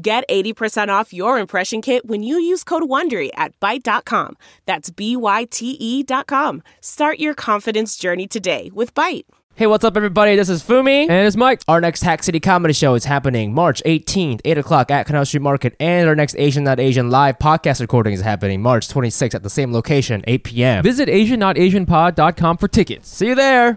Get 80% off your impression kit when you use code WONDERY at Byte.com. That's B-Y-T-E E dot com. Start your confidence journey today with Byte. Hey, what's up, everybody? This is Fumi. And it's Mike. our next Hack City Comedy Show is happening March 18th, 8 o'clock at Canal Street Market. And our next Asian Not Asian live podcast recording is happening March 26th at the same location, 8 p.m. Visit AsianNotAsianPod.com for tickets. See you there.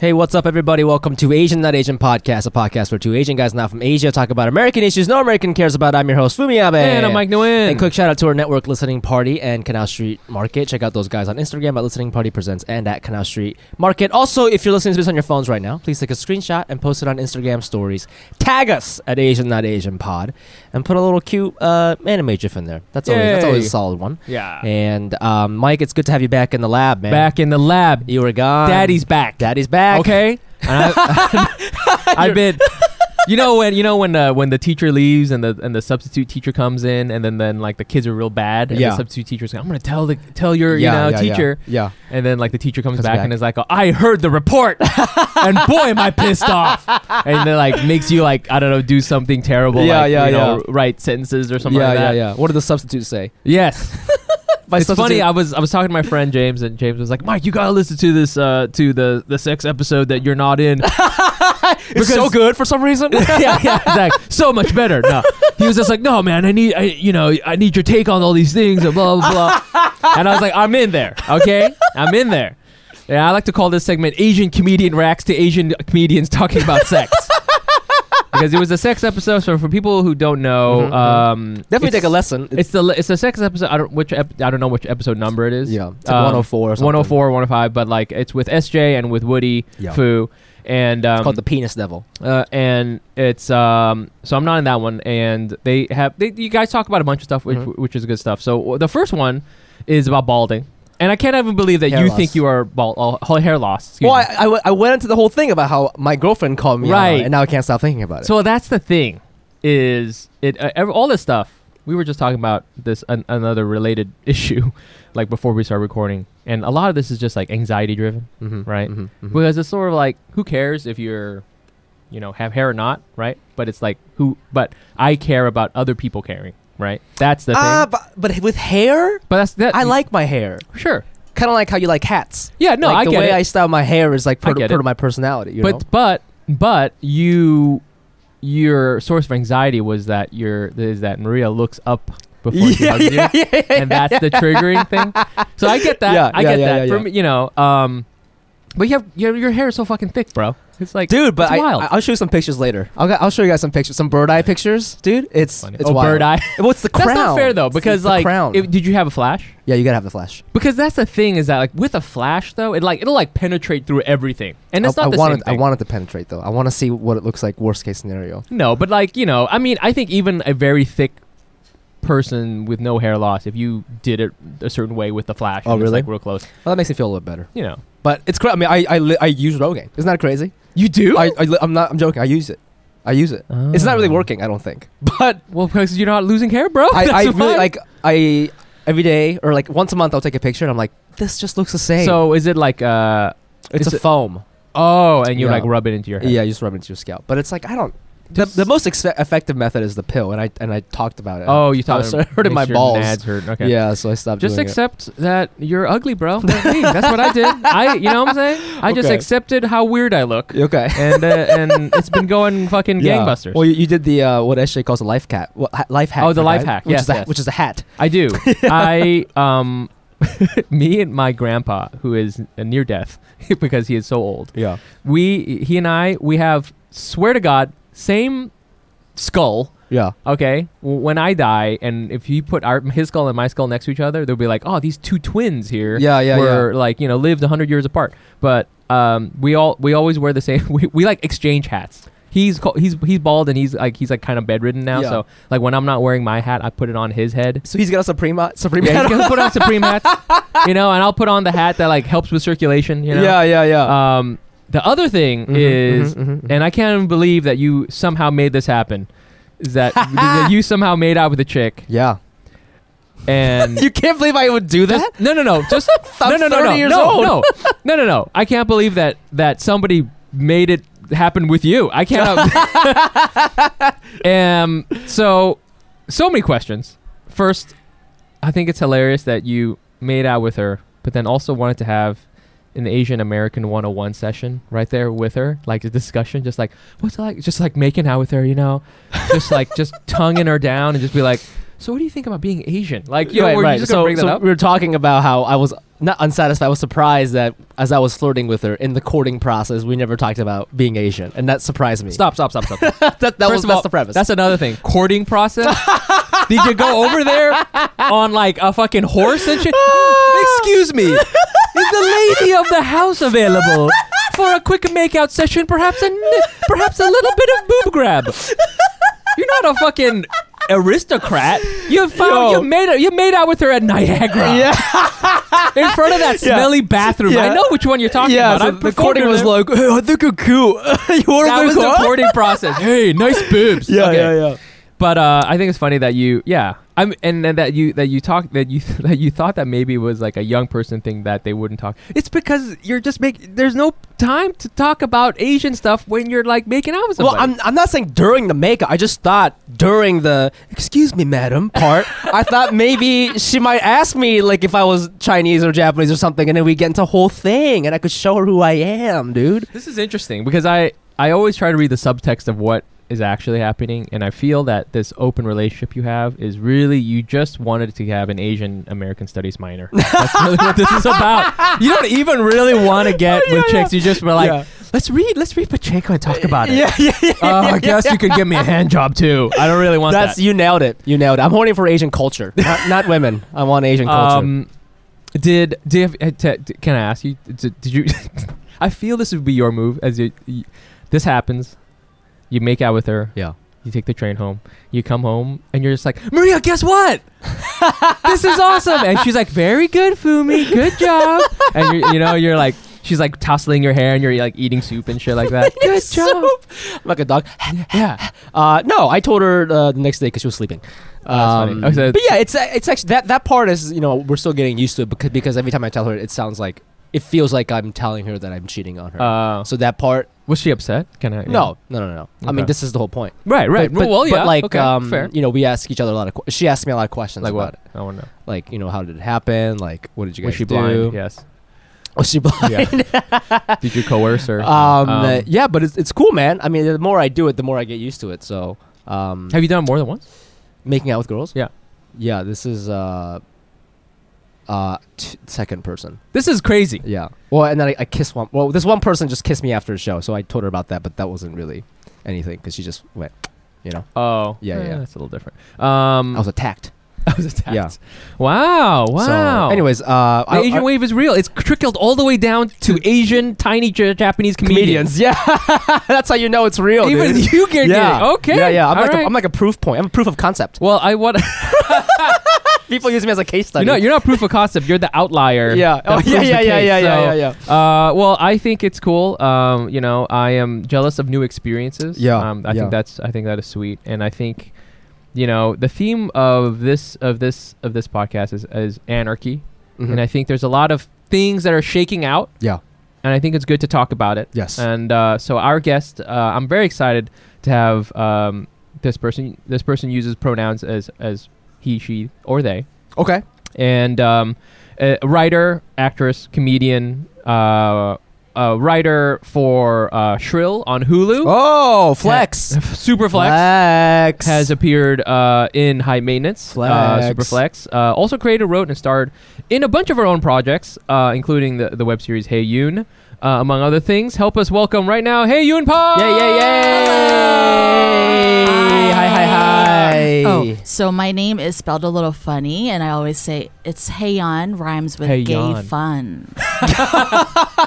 Hey, what's up, everybody? Welcome to Asian Not Asian Podcast, a podcast where two Asian guys not from Asia talk about American issues no American cares about. I'm your host, Fumi Abe. And I'm Mike Nguyen. And quick shout out to our network listening party and Canal Street Market. Check out those guys on Instagram at Listening Party Presents and at Canal Street Market. Also, if you're listening to this on your phones right now, please take a screenshot and post it on Instagram stories. Tag us at Asian Not Asian Pod and put a little cute uh, anime gif in there. That's always, that's Yay. always a solid one. Yeah. And um, Mike, it's good to have you back in the lab, man. Back in the lab. You were gone. Daddy's back. Daddy's back. Okay. And I, I been. You know when you know when uh, when the teacher leaves and the and the substitute teacher comes in and then then like the kids are real bad and Yeah. the substitute teacher's like I'm gonna tell the tell your Yeah, you yeah, know yeah. teacher Yeah. and then like the teacher comes Comes back, back. and is like I heard the report and boy am I pissed off and then like makes you like I don't know do something terrible Yeah, like, yeah, you know, yeah. write sentences or something yeah, like that yeah, yeah. What did the substitutes say? yes My it's funny. I was I was talking to my friend James, and James was like, "Mike, you gotta listen to this uh, to the the sex episode that you're not in." it's so because- good for some reason. yeah, yeah, exactly. So much better. No, he was just like, "No, man, I need I, you know I need your take on all these things and blah blah blah." and I was like, "I'm in there, okay? I'm in there." Yeah, I like to call this segment Asian comedian reacts to Asian comedians talking about sex. Because it was a sex episode, so for people who don't know, Mhm, mhm. um, Definitely it's- take a lesson. It's, it's the it's the sex episode. I don't which ep, I don't know which episode number it is. Um, yeah, it's like 104 or something. 104, 105, but like it's with SJ and with Woody Yeah. Fu, and um, It's called the penis devil. uh, and it's um so I'm not in that one, and they have they, you guys talk about a bunch of stuff which Mhm. which is good stuff. So w- the first one is about balding, and I can't even believe that Hair you loss. think you are bald, oh, ha- hair loss. excuse Well, me. I, I, w- I went into the whole thing about how my girlfriend called me, out on Right. it, and now I can't stop thinking about it. So that's the thing, is it uh, ev- all this stuff we were just talking about this an, another related issue, like before we start recording, and a lot of this is just like anxiety driven, Mhm, right? mhm, mhm. Because it's sort of like who cares if you're, you know, have hair or not, right? But it's like who, but I care about other people caring, right? That's the Ah, thing. but, but with hair, But that's that. I like my hair. sure. Kind of like how you like hats. Yeah, no, like I the get way it. I style my hair is like I part, of, get part of it. my personality. You but know? but but you, your source of anxiety was that your is that Maria looks up before she yeah, hugs you. yeah, yeah, yeah, yeah. and that's the triggering thing. So I get that. Yeah, I yeah, get yeah, that. yeah, For yeah. me, you know, um, but you have your, your hair is so fucking thick, bro. It's like dude. But it's I, wild. I, I'll show you some pictures later. I'll, g- I'll show you guys some pictures, some bird eye pictures, dude. It's Funny. it's oh, wild. bird eye. What's the crown? that's not fair though, It's- it's because the like, crown. if- did you have a flash? yeah, you gotta have the flash. Because that's the thing is that like with a flash though, it like it'll like penetrate through everything, and it's I, not I the wanted, same thing. I wanted to penetrate though. I want to see what it looks like. Worst case scenario. no, but like you know, I mean, I think even a very thick person with no hair loss, if you did it a certain way with the flash, Oh, and it's, really? like real close, Well, that makes me feel a little bit better. you know, But it's cra I mean, I I, li- I use Rogaine. Isn't that crazy? you do. I, I li- I'm not. I'm joking. I use it. I use it. It's not really Oh. working. I don't think. But Well, because you're not losing hair, bro. I, I Oh, That's really why. like I every day or like once a month I'll take a picture and I'm like this just looks the same. So is it like uh? it's, is a it- foam. Oh, and you Yeah. like rub it into your head. Yeah, you just rub it into your scalp. But it's like I don't. The, the most ex- effective method is the pill, and I and I talked about it. Oh, you I thought was hurting my makes your balls. nads hurt. Okay. Yeah, so I stopped. Just doing it. accept that you're ugly, bro. That's me. That's what I did. I, you know what I'm saying? I just Okay. accepted how weird I look, Okay. and uh, and it's been going fucking Yeah. gangbusters. Well, you, you did the uh, what SJ calls a life cat, what, ha- life hack. Oh, the for life guys, hack. which Yes, is a, yes. which is a hat. I do. I um me and my grandpa, who is uh, near death because he is so old, Yeah. we he and I we have swear to God same skull. Yeah. Okay, W- when I die, and if you put our his skull and my skull next to each other, they'll be like, oh, these two twins here. Yeah, yeah, were like you know lived hundred years apart. But um, we all we always wear the same. We, we like exchange hats. He's co- he's he's bald and he's like he's like kind of bedridden now. Yeah. So like when I'm not wearing my hat, I put it on his head. So he's got a Supreme Supreme Yeah, he's gonna put on Supreme hats, you know, and I'll put on the hat that like helps with circulation, you know. Yeah, yeah, yeah. Mm-hmm, Um, the other thing is, and I can't even believe that you somehow made this happen. Is that, that you somehow made out with a chick yeah. and You can't believe I would do that. just- no no no just I'm no no no 30 no years no, old. no no no no I can't believe that that somebody made it happen with you. I cannot. um. So so many questions. First, I think it's hilarious that you made out with her, but then also wanted to have an Asian American 101 session right there with her, like a discussion, just like, what's it like, just like making out with her, you know? just like, just tonguing her down and just be like, so what do you think about being Asian? Like, you know, were you just so, gonna bring so that up? we were talking about how I was not unsatisfied. I was surprised that as I was flirting with her in the courting process, we never talked about being Asian, and that surprised me. Stop, stop, stop, stop. That, that was First of that's all, the premise. That's another thing. Courting process. Did you go over there on like a fucking horse and shit? Excuse me. Is the lady of the house available for a quick makeout session? Perhaps a n- perhaps a little bit of boob grab. You're not a fucking aristocrat. You Yo. found you made out you made out with her at Niagara. Yeah. In front of that Yeah. smelly bathroom. Yeah. I know which one you're talking yeah, about. so I the performed courting over was there. like, hey, I think you're cute. you want that was the courting process. Hey, nice boobs. Yeah, Okay. yeah, yeah. But uh, I think it's funny that you, yeah, I'm, and, and that you that you talk that you that you thought that maybe it was like a young person thing that they wouldn't talk. It's because you're just make there's no time to talk about Asian stuff when you're like making out with Well, somebody. I'm, I'm not saying during the makeup. I just thought during the "excuse me, madam" part, I thought maybe she might ask me like if I was Chinese or Japanese or something, and then we get into a whole thing, and I could show her who I am, dude. this is interesting because I I always try to read the subtext of what is actually happening, and I feel that this open relationship you have is really you just wanted to have an Asian American Studies minor. That's really what this is about. You don't even really want to get with chicks. You just were like, Oh, Yeah. let's read let's read Pacheco and talk about it. Yeah, yeah, yeah. Oh, I guess you could give me a hand job too. I don't really want That's that. you nailed it. You nailed it. I'm horny for Asian culture, not, not women. I want Asian culture. Um, did do you have, uh, te- d- can I ask you? Did, did you? I feel this would be your move. As you, you, this happens, you make out with her. yeah. You take the train home. You come home and you're just like Maria. Guess what? this is awesome. And she's like, very good, Fumi. Good job. and you you know you're like. She's like tousling your hair and you're like eating soup and shit like that. Good job. I'm like a dog. Yeah. Uh, no, I told her uh, the next day because she was sleeping. Oh, that's Um, funny. Okay. But yeah, it's it's actually that that part is you know we're still getting used to it because because every time I tell her it sounds like it feels like I'm telling her that I'm cheating on her. Uh, so that part, was she upset? Can I? no, no, no, no. I mean, Okay. this is the whole point. Right, right. But, but- well, yeah. But like, okay, um, fair. you know, we ask each other a lot of. Qu- she asked me a lot of questions Like about what? it. I want to know. Like, you know, how did it happen? Like, what did you guys Was she do? blind? Yes. Was she blind? Did you coerce her? Um, uh, yeah, but it's, it's cool, man. I mean, the more I do it, the more I get used to it. So, um, have you done it more than once? making out with girls. Yeah. yeah. This is uh, uh, t- second person. This is crazy. Yeah. Well, and then I, I kissed one. Well, this one person just kissed me after the show, so I told her about that, but that wasn't really anything because she just went. You know, Oh, Yeah, yeah. That's a little different. Um, I was attacked. I was attacked. Yeah. Wow. So, Wow. anyways, uh, the Asian wave is real. It's trickled all the way down to Asian tiny J- Japanese comedians. comedians. Yeah, that's how you know it's real. Even dude. you get yeah. it. Okay. Yeah, yeah. I'm all like right. a, I'm like a proof point. I'm a proof of concept. well, I want. People use me as a case you study. know, you're not proof of concept. You're the outlier. yeah. that Oh, yeah, proves yeah, the yeah, case. yeah, So, yeah, yeah, yeah. Uh, well, I think it's cool. Um, you know, I am jealous of new experiences. Yeah, Um, I yeah. think that's I think that is sweet, and I think, you know, the theme of this of this of this podcast is is anarchy, Mhm. and I think there's a lot of things that are shaking out, Yeah. and I think it's good to talk about it. Yes. And uh, so our guest, uh, I'm very excited to have um, this person. This person uses pronouns as as he, she, or they okay. and um, a writer, actress, comedian, uh, a writer for uh, Shrill on Hulu. Oh, flex. Superflex Flex has appeared uh, in High Maintenance. Uh, Flex. Superflex uh, also created, wrote, and starred in a bunch of her own projects, uh, including the, the web series Hey Yoon, uh, among other things. Help us welcome right now Hey Yoon Pa. Yay, yay, yay! Hi, hi, hi. Oh, so my name is spelled a little funny, and I always say it's Heyon rhymes with gay Hayon. fun.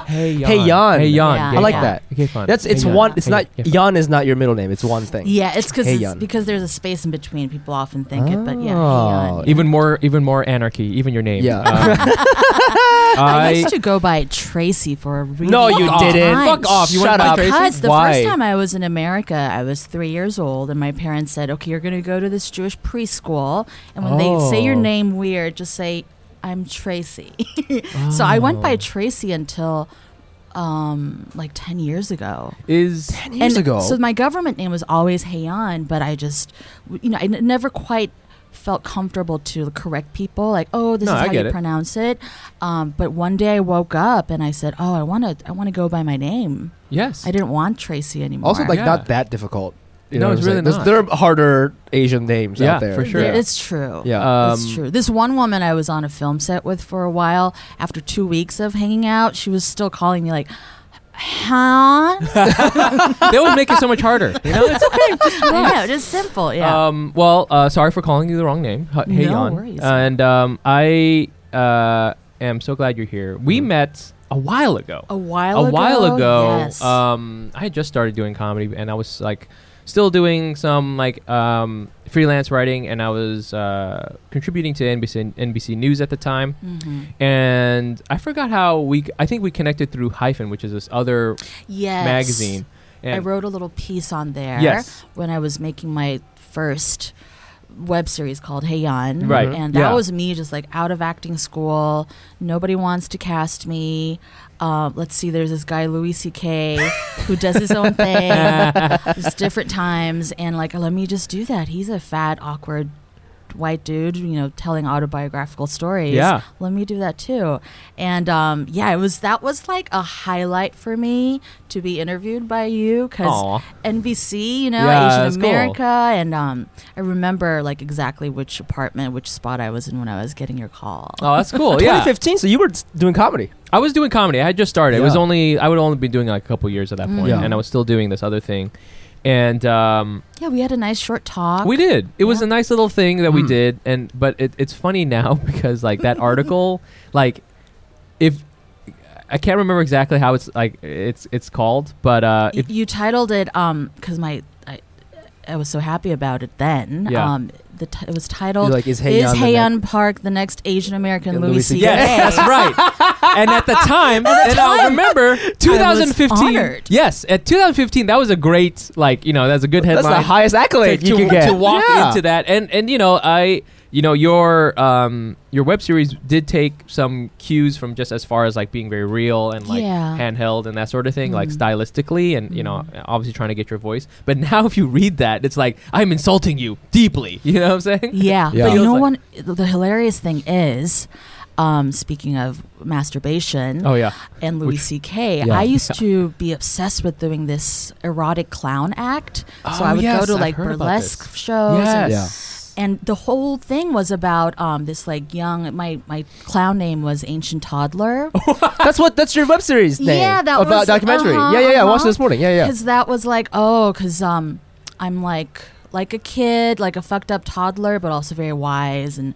Hey Yon. Hey, Yon. Hey Yon. Yeah. I like yeah. that. Okay, fine. That's it's Hey, Yon. one. It's Hey, not yeah, fine. Yon is not your middle name. It's one thing. Yeah, it's because Hayon. because there's a space in between. People often think it, but yeah, Oh, Hayon. Even more, even more anarchy. Even your name. Yeah. Um, I I used to go by Tracy for a really No, you long didn't. time. Fuck off. You went Shut by up. Tracy? Because the Why? first time I was in America, I was three years old, and my parents said, "Okay, you're going to go to this Jewish preschool, and when they say your Oh. name weird, just say." I'm Tracy. um, So I went Oh. by Tracy until um like 10 years ago. is Ten years and Oh. ago. So my government name was always Heian, but I just, you know, I n- never quite felt comfortable to correct people like oh this No, is I how get you it. pronounce it um, but one day i woke up and i said oh i want to i want to go by my name yes. i didn't want tracy anymore also, like Yeah. not that difficult. You No, know what it's I'm saying? really There's- not. There are harder Asian names Yeah, out there. for sure. um, Th- it's true Yeah. it's true this one woman i was on a film set with for a while after two weeks of hanging out she was still calling me like huh They would make it so much harder. You know. It's i know just simple yeah Um, well, uh, sorry for calling you the wrong name. H- hey, No Yon. worries. And um, I uh, am so glad you're here. We Mm-hmm. met a while ago. a while ago a while ago. yes. Um, I had just started doing comedy, and I was like still doing some like um, freelance writing, and I was uh, contributing to NBC NBC News at the time. Mhm. And I forgot how we. I think we connected through Hyphen, which is this other yes magazine. And I wrote a little piece on there Yes. when I was making my first web series called Hey Yon. Right, And that yeah. was me just like out of acting school. Nobody wants to cast me. Um, let's see, there's this guy, Louis C.K., who does his own thing. It's different times. And like, let me just do that. He's a fat, awkward white dude, you know, telling autobiographical stories. Yeah. Let me do that too. And um, yeah, it was that was like a highlight for me to be interviewed by you Aw. because NBC, you know, Yeah, that's Asian cool. America, and um, I remember like exactly which apartment, which spot I was in when I was getting your call. Oh, that's cool. yeah. 2015. So you were s- doing comedy. I was doing comedy. I had just started. It was Yeah. only I would only be doing like a couple years at Mm. that point, Yeah. and I was still doing this other thing. And um, Yeah, we had a nice short talk. we did. It was Oh. Yeah. a nice little thing that we Mm. did. And but it, it's funny now because like that article, like if I can't remember exactly how it's like it's it's called, but uh, Y- if, you titled it um because my I, I was so happy about it then. Yeah. Um, the t- it was You're titled. like, is Hey is Yon the Heian Park the next Asian American Yeah, Louis Louis C.K.? CK. Yes, that's right. And at the time, and I'll remember 2015. honored. yes, at 2015, that was a great like you know that's a good headline. That's the highest accolade to, you to- can get. to walk Yeah. into that and and you know i you know your um your web series did take some cues from just as far as like being very real and like Yeah. handheld and that sort of thing like Mhm. stylistically and you know obviously trying to get your voice but now if you read that it's like i'm insulting you deeply you know what i'm saying Yeah. Yeah, but you Feels know like- what? The hilarious thing is, um, speaking of masturbation oh yeah and Louis which- C.K., I Yeah. used to be obsessed with doing this erotic clown act. Oh, so I would yes, go to I've like heard about burlesque this. shows. and- yes And the whole thing was about um, this like young my my clown name was Ancient Toddler. That's what. That's your web series name. Yeah, that about was- documentary. uh-huh, yeah, yeah, yeah. I watched uh-huh. it this morning. Yeah, yeah. Because that was like, oh, because um, I'm like like a kid, like a fucked up toddler, but also very wise. And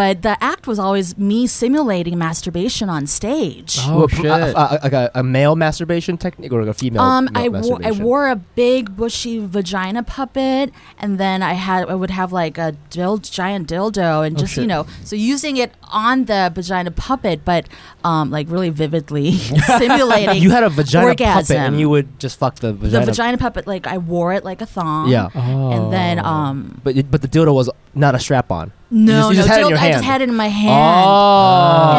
but the act was always me simulating masturbation on stage. Oh, Well, shit. uh, uh, like a, a male masturbation technique or like a female? Um, male I wore I masturbation? wore a big bushy vagina puppet, and then I had I would have like a dild, giant dildo, Oh, and just you shit. know, so using it on the vagina puppet, but um, like really vividly simulating You had a vagina orgasm. puppet, and you would just fuck the the vagina. vagina puppet. Like I wore it like a thong. Yeah. Oh. and then um Uh-huh. But it- but the dildo was not a strap on. no you just no had it in dildo- your I just hand. had it in my hand.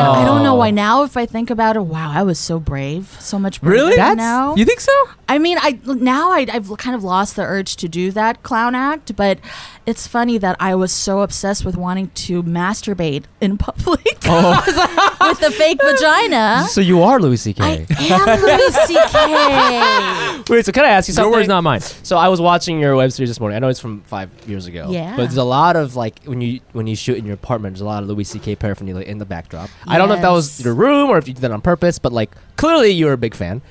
And Oh. I don't know why now. If I think about it, wow, I was so brave, so much braver Really? That's- now. you think so I mean, I now I, I've kind of lost the urge to do that clown act, but Oh. it's funny that I was so obsessed with wanting to masturbate in public. I was like, with the fake vagina. So you are Louis C.K. I am Louis C.K. Wait, so can I ask you something? Your words, not mine. So I was watching your web series this morning. I know it's from five years ago. Yeah. But there's a lot of like when you when you shoot in your apartment, there's a lot of Louis C.K. paraphernalia in the backdrop. I don't know if that was Yes. your room or if you did that on purpose, but like clearly you're a big fan.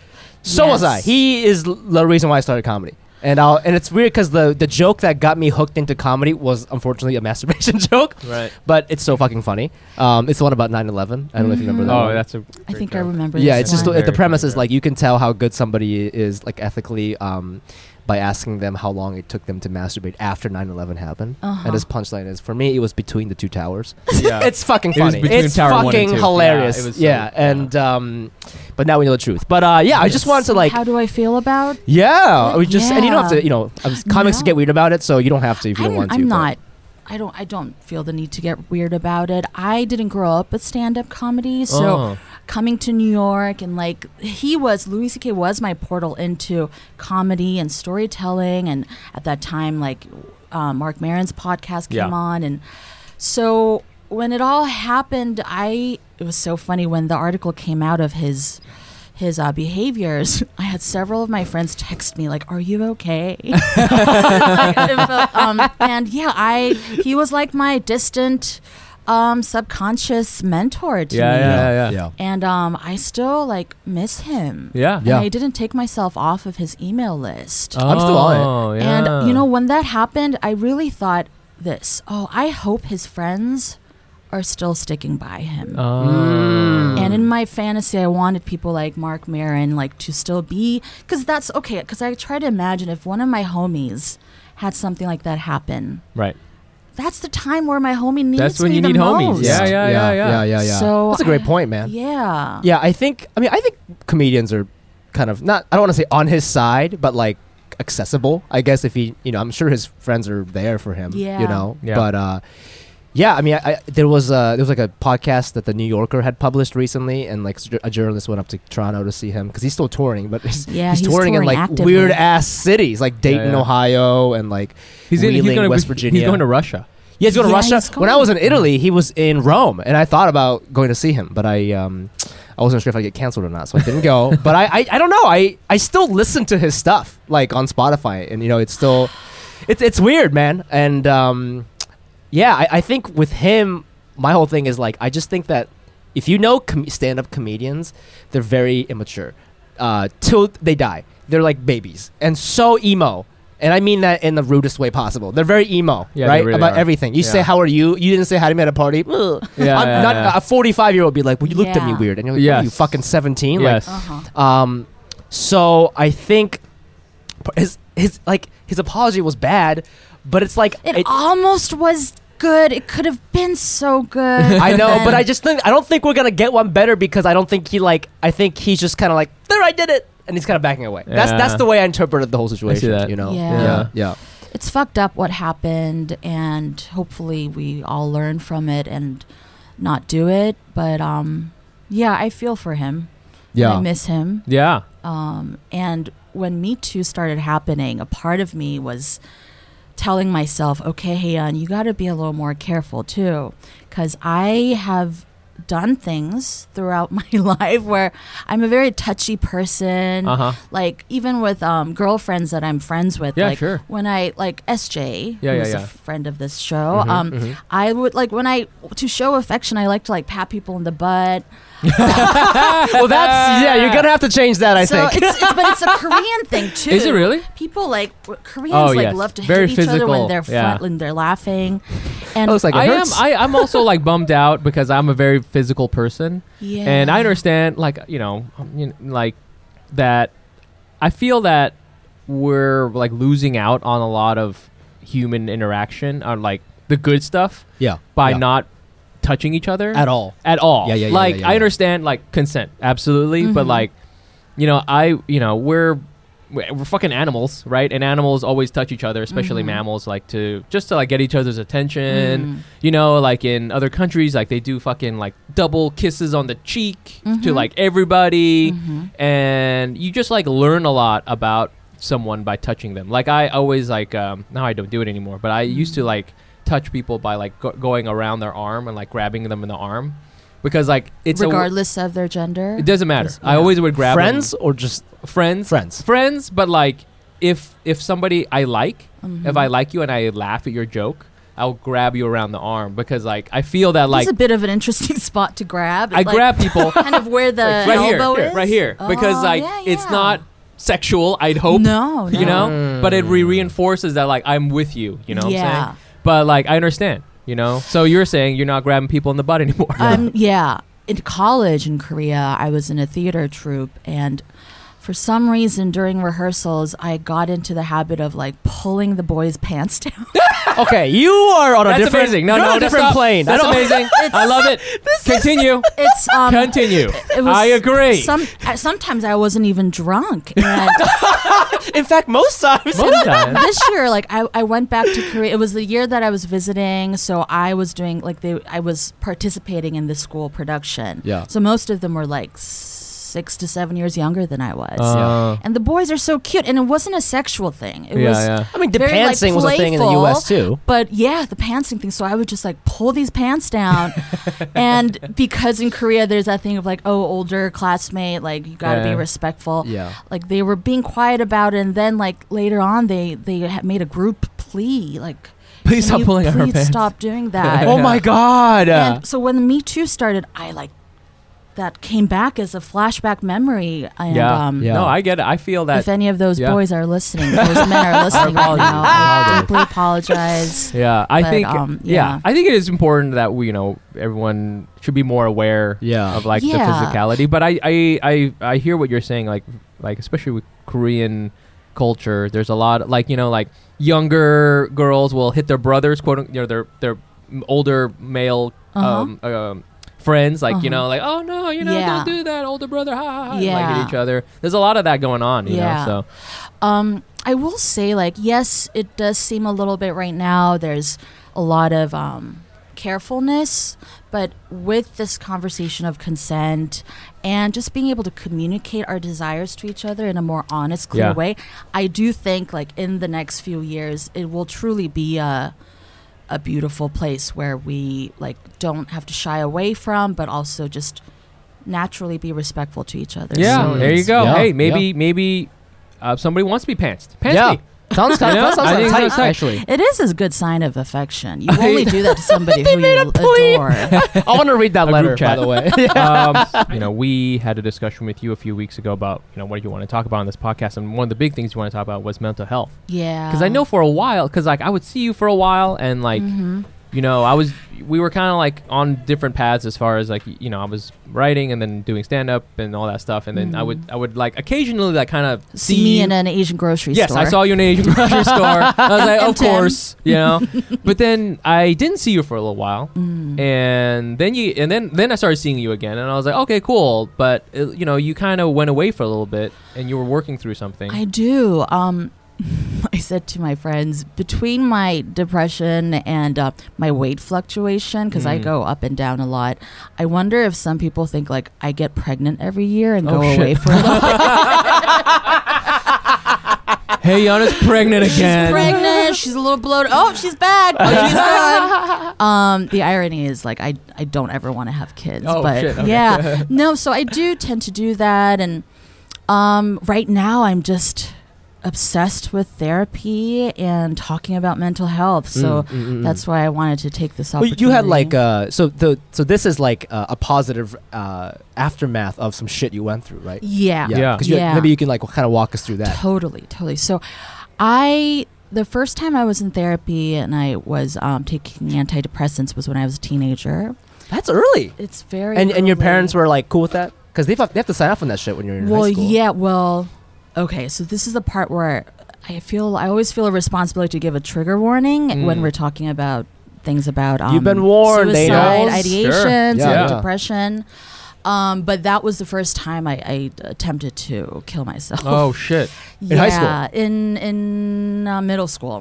So was I. Yes. He is l- the reason why I started comedy. And I'll, and it's weird because the the joke that got me hooked into comedy was unfortunately a masturbation joke, Right. but it's so fucking funny. Um, it's the one about 9-11. I don't know if you remember that. Oh, one. that's a. I great think I joke. remember. Yeah, this it's just one. the, the Very premise is clever. like you can tell how good somebody is like ethically um, by asking them how long it took them to masturbate after 9/11 happened. Uh-huh. And his punchline is, for me, it was between the two towers. Yeah. it's fucking It was funny. between it's tower one and fucking two. hilarious. Yeah, Yeah, it was so- and um, but now we know the truth. But uh, yeah, I just wanted to like. How do I feel about? yeah, we just and you don't have to. Yeah. You know, um, comics No. get weird about it, so you don't have to if you I don't want didn't- to. I'm but- not. I don't. I don't feel the need to get weird about it. I didn't grow up with stand-up comedy, so Oh. coming to New York and like he was Louis C.K. was my portal into comedy and storytelling, and at that time, like uh, Mark Maron's podcast came Yeah. on, and so when it all happened, I it was so funny when the article came out of his. His uh, behaviors. I had several of my friends text me like, "Are you okay?" It felt- um, and yeah, I he was like my distant, um, subconscious mentor to Yeah, me. yeah, yeah, Yeah, yeah. yeah. And um, I still like miss him. Yeah. Oh, And Yeah. I didn't take myself off of his email list. I'm still on it. And you know, when that happened, I really thought this. Oh, I hope his friends are still sticking by Oh. him. And in my fantasy, I wanted people like Mark Maron, like to still be, because that's okay. Because I try to imagine if one of my homies had something like that happen. right. That's the time where my homie needs That's when me you the need homies. most. Yeah, yeah, yeah, yeah. yeah, yeah, yeah. So that's a great point, man. Yeah. Yeah, I think. I mean, I think comedians are kind of not. I don't want to say on his side, but like accessible. I guess if he, you know, I'm sure his friends are there for him. Yeah. You know. Yeah. But uh, yeah. I mean, I, I there was a there was like a podcast that the New Yorker had published recently, and like a journalist went up to Toronto to see him because he's still touring, but he's, Yeah, he's touring, in touring like actively. weird ass cities like Dayton, yeah. Ohio, and like He's in. He's Wheeling, going to West Virginia. He's going to Russia. Yeah, he's going Yeah, to Russia. he's When I going. was in Italy, he was in Rome, and I thought about going to see him, but I um, I wasn't sure if I'd get canceled or not, so I didn't go. but I, I I don't know. I I still listen to his stuff like on Spotify, and you know it's still it's it's weird, man. And um, yeah, I, I think with him, my whole thing is like I just think that if you know com- stand-up comedians, they're very immature uh, till they die. They're like babies and so emo. And I mean that in the rudest way possible. They're very emo, Yeah, they right? really About are. everything. You say, Yeah. "How are you?" You didn't say hi to me at a party. Ugh. Yeah, I'm yeah, not, yeah. A forty-five-year-old be like, "Well, you looked at me Yeah. weird," and you're like, Yes. "What are "You fucking 17? Like, Yes. Uh-huh. um, so I think p- his his like his apology was bad, but it's like It, it- almost was good. It could have been so good. I know, but I just just think I don't think we're gonna get one better because I don't think he like I think he's just kind of like there I did it and he's kind of backing away. That's Yeah. that's the way I interpreted the whole situation. that. You know? Yeah. yeah, yeah. it's fucked up what happened and hopefully we all learn from it and not do it, but um yeah, I feel for him. I miss him. Yeah. Um, and when Me Too started happening, a part of me was telling myself, okay, Heian, you got to be a little more careful too. Because I have done things throughout my life where I'm a very touchy person. Uh huh. Like, even with um, girlfriends that I'm friends with, Yeah, like, sure. when I, like, SJ, Yeah, yeah, who's yeah. Mm-hmm, a friend of this show, um, I would, like, when I, to show affection, I like to, like, pat people in the butt. well, that's yeah. You're gonna have to change that. I so think. It's, it's, but it's a Korean thing too. Is it really? People like w- Koreans Oh, like yes. love to Very hit each other physical, when they're yeah. fun, when they're laughing. And It looks like it I am. hurts. I, I'm also like bummed out because I'm a very physical person, yeah. and I understand, like you know, um, you kn- like that. I feel that we're like losing out on a lot of human interaction, on like the good stuff, yeah, by yeah. not touching each other at all. at all. Yeah, yeah, yeah, Like yeah, yeah, I yeah. understand like consent, absolutely, but Mhm. like you know, I you know we're we're we're fucking animals, right? And animals always touch each other, especially Mm-hmm. Mhm. mammals, like to just to like get each other's attention. Mm. You know, like in other countries, like they do fucking like double kisses on the cheek Mm-hmm. to Mhm. like everybody, Mhm. and you just like learn a lot about someone by touching them. Like I always like um, now I don't do it anymore, Mm-hmm. but I used to like touch people by like go- going around their arm and like grabbing them in the arm because like it's a- regardless of their gender. it doesn't matter. I Yeah. always would grab friends or just them. friends, Friends. friends. But like if if somebody I like, Mhm. if I like you and I laugh at your joke, I'll grab you around the arm because like I feel that like it's a bit of an interesting spot to grab. I It's like grab people kind of where the like, right here, elbow here, is, right here, because Oh, like yeah, it's yeah. not sexual. I'd hope. No, no. You know, but it re- reinforces that like I'm with you. You know what I'm Yeah. saying? But like I understand. You know, so you're saying you're not grabbing people in the butt anymore. Um, yeah. In college in Korea, I was in a theater troupe, and for some reason during rehearsals, I got into the habit of like pulling the boys' pants down. okay. You are on a that's different amazing. No, you're no, on a that's different not- plane. That's I don't- amazing. I love it. Continue. It's um, Continue. it was I agree. Some uh, sometimes I wasn't even drunk. And In fact, most times. Most times. this year, like I, I went back to Korea. It was the year that I was visiting, so I was doing like they I was participating in the school production. Yeah. So most of them were like six to seven years younger than I was. Uh, And the boys are so cute, and it wasn't a sexual thing. It yeah, was yeah. I mean, the very, like, pants thing was a thing in the playful, U.S. too. But yeah, the pantsing thing. So I would just like pull these pants down, and because in Korea there's that thing of like, oh, older classmate, like you gotta Yeah. be respectful. Yeah. Like they were being quiet about it, and then like later on they they had made a group plea like, Please "Can stop you pulling out her please pants." Stop doing that. Oh my god. And so when Me Too started, I like that came back as a flashback memory. And, yeah. Um, Yeah. No, I get it. I feel that. If any of those yeah. boys are listening, those men are listening right now, I deeply apologize. yeah, I but, think. um, yeah. yeah. I think it is important that we, you know, everyone should be more aware. Yeah. Of like Yeah. the physicality, but I, I, I, I hear what you're saying. Like, like especially with Korean culture, there's a lot. Like you know, like younger girls will hit their brothers, quote, un- you know, their their m- older male. Uh-huh. Um, um, friends like you Uh-huh. know like oh no you know don't Yeah. do that older brother ha ha, ha and, like Yeah. at each other there's a lot of that going on you know Yeah. so Um, I will say, like, yes, it does seem a little bit right now. There's a lot of um, carefulness, but with this conversation of consent and just being able to communicate our desires to each other in a more honest, clear Yeah. way, I do think, like, in the next few years, it will truly be a a beautiful place where we like don't have to shy away from, but also just naturally be respectful to each other. Yeah, So there you it's- go. Yeah, hey, maybe maybe uh, somebody wants to be pantsed. Pants yeah. me. Sounds kind You of that know? sounds I kinda think tight that's nice. actually. It is a good sign of affection. You only do that to somebody who you adore. I want to read that A letter group by chat. the way. Um, you know, we had a discussion with you a few weeks ago about you know what you want to talk about on this podcast, and one of the big things you want to talk about was mental health. Yeah. Because I know for a while, because like I would see you for a while, and like Mm-hmm. you know, I was we were kind of like on different paths as far as like you know I was writing and then doing stand up and all that stuff, and then I would I would like occasionally like kind of Mm-hmm. see me in an Asian grocery Yes, store. I saw you in an Asian grocery store. I was like, And of Tim. course, you know. but then I didn't see you for a little while, Mm. and then you, and then then I started seeing you again, and I was like, okay, cool. But uh, you know, you kind of went away for a little bit, and you were working through something. I do. Um, I said to my friends between my depression and uh, my weight fluctuation, because I Mm. go up and down a lot. I wonder if some people think like I get pregnant every year and Oh, go shit. away for a little bit. hey, Yana's pregnant again. She's pregnant. She's a little bloated. Oh, she's back. Oh, she's gone. Um, the irony is, like, I, I don't ever want to have kids. Oh, but shit, okay. yeah, no. So I do tend to do that, and um, right now I'm just obsessed with therapy and talking about mental health. Mm, So mm, mm, mm. that's why I wanted to take this Well, opportunity. you had like uh, so the so this is like uh, a positive uh, aftermath of some shit you went through, right? yeah, Yeah. Because Yeah. maybe you can like kind of walk us through that. Totally, totally. So, I the first time I was in therapy and I was um, taking antidepressants was when I was a teenager. That's early. It's very And and your early. parents were like cool with that because they have, they have to sign up on that shit when you're in well, high school. yeah, well, okay. So this is the part where I feel I always feel a responsibility to give a trigger warning Mm. when we're talking about things about um, You've been warned, suicide, Thanos. ideations, Sure. and Yeah. depression. Um, but that was the first time I, I attempted to kill myself. Oh shit. yeah, in high in in uh, middle school.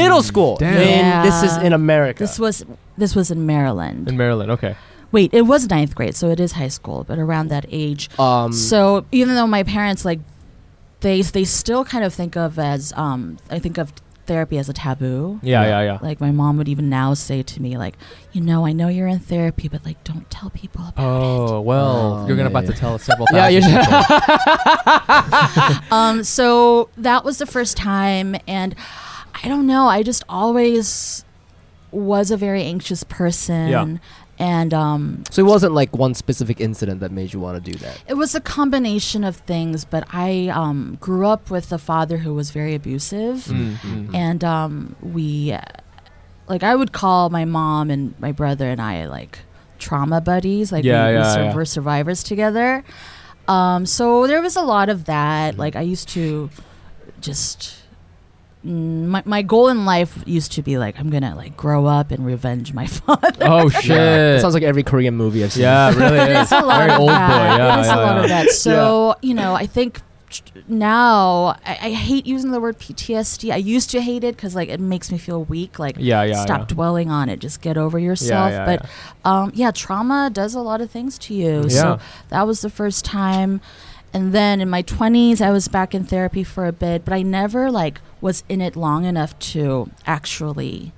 Middle school. Mm. Damn. And this is Yeah. in America. This was this was in Maryland. In Maryland. Okay. Wait, it was ninth grade, so it is high school, but around that age. Mm. um, so even though my parents like they they still kind of think of as um I think of therapy as a taboo. Yeah, yeah, yeah. Like my mom would even now say to me, like, you know, I know you're in therapy, but like, don't tell people about Oh well, Oh, you're gonna yeah, about yeah. to tell us several. Yeah, thousand you're- people. it. Um, so that was the first time, and I don't know. I just always was a very anxious person, Yeah. and um, So it wasn't like one specific incident that made you want to do that. It was a combination of things, but I um, grew up with a father who was very abusive, Mm, Mm-hmm. and um, we, uh, like, I would call my mom and my brother and I like trauma buddies, like Yeah, we, we yeah, sur- yeah. were survivors together. Um, so there was a lot of Mm-hmm. that. Like I used to just. mm, My, my goal in life used to be like I'm gonna like grow up and revenge my father. oh It shit. sounds like every Korean movie I've seen. Yeah, it really is. There's a lot Very of old boy. that. Yeah, There's yeah, a lot yeah. of that. So you know, I think t- now I, I hate using the word PTSD. I used to hate it because like it makes me feel weak. Like Yeah, yeah, stop yeah. dwelling on it. Just get over yourself. yeah, but Um, yeah, trauma does a lot of things to you. Yeah. So that was the first time. And then in my 20s, I was back in therapy for a bit, but I never like was in it long enough to actually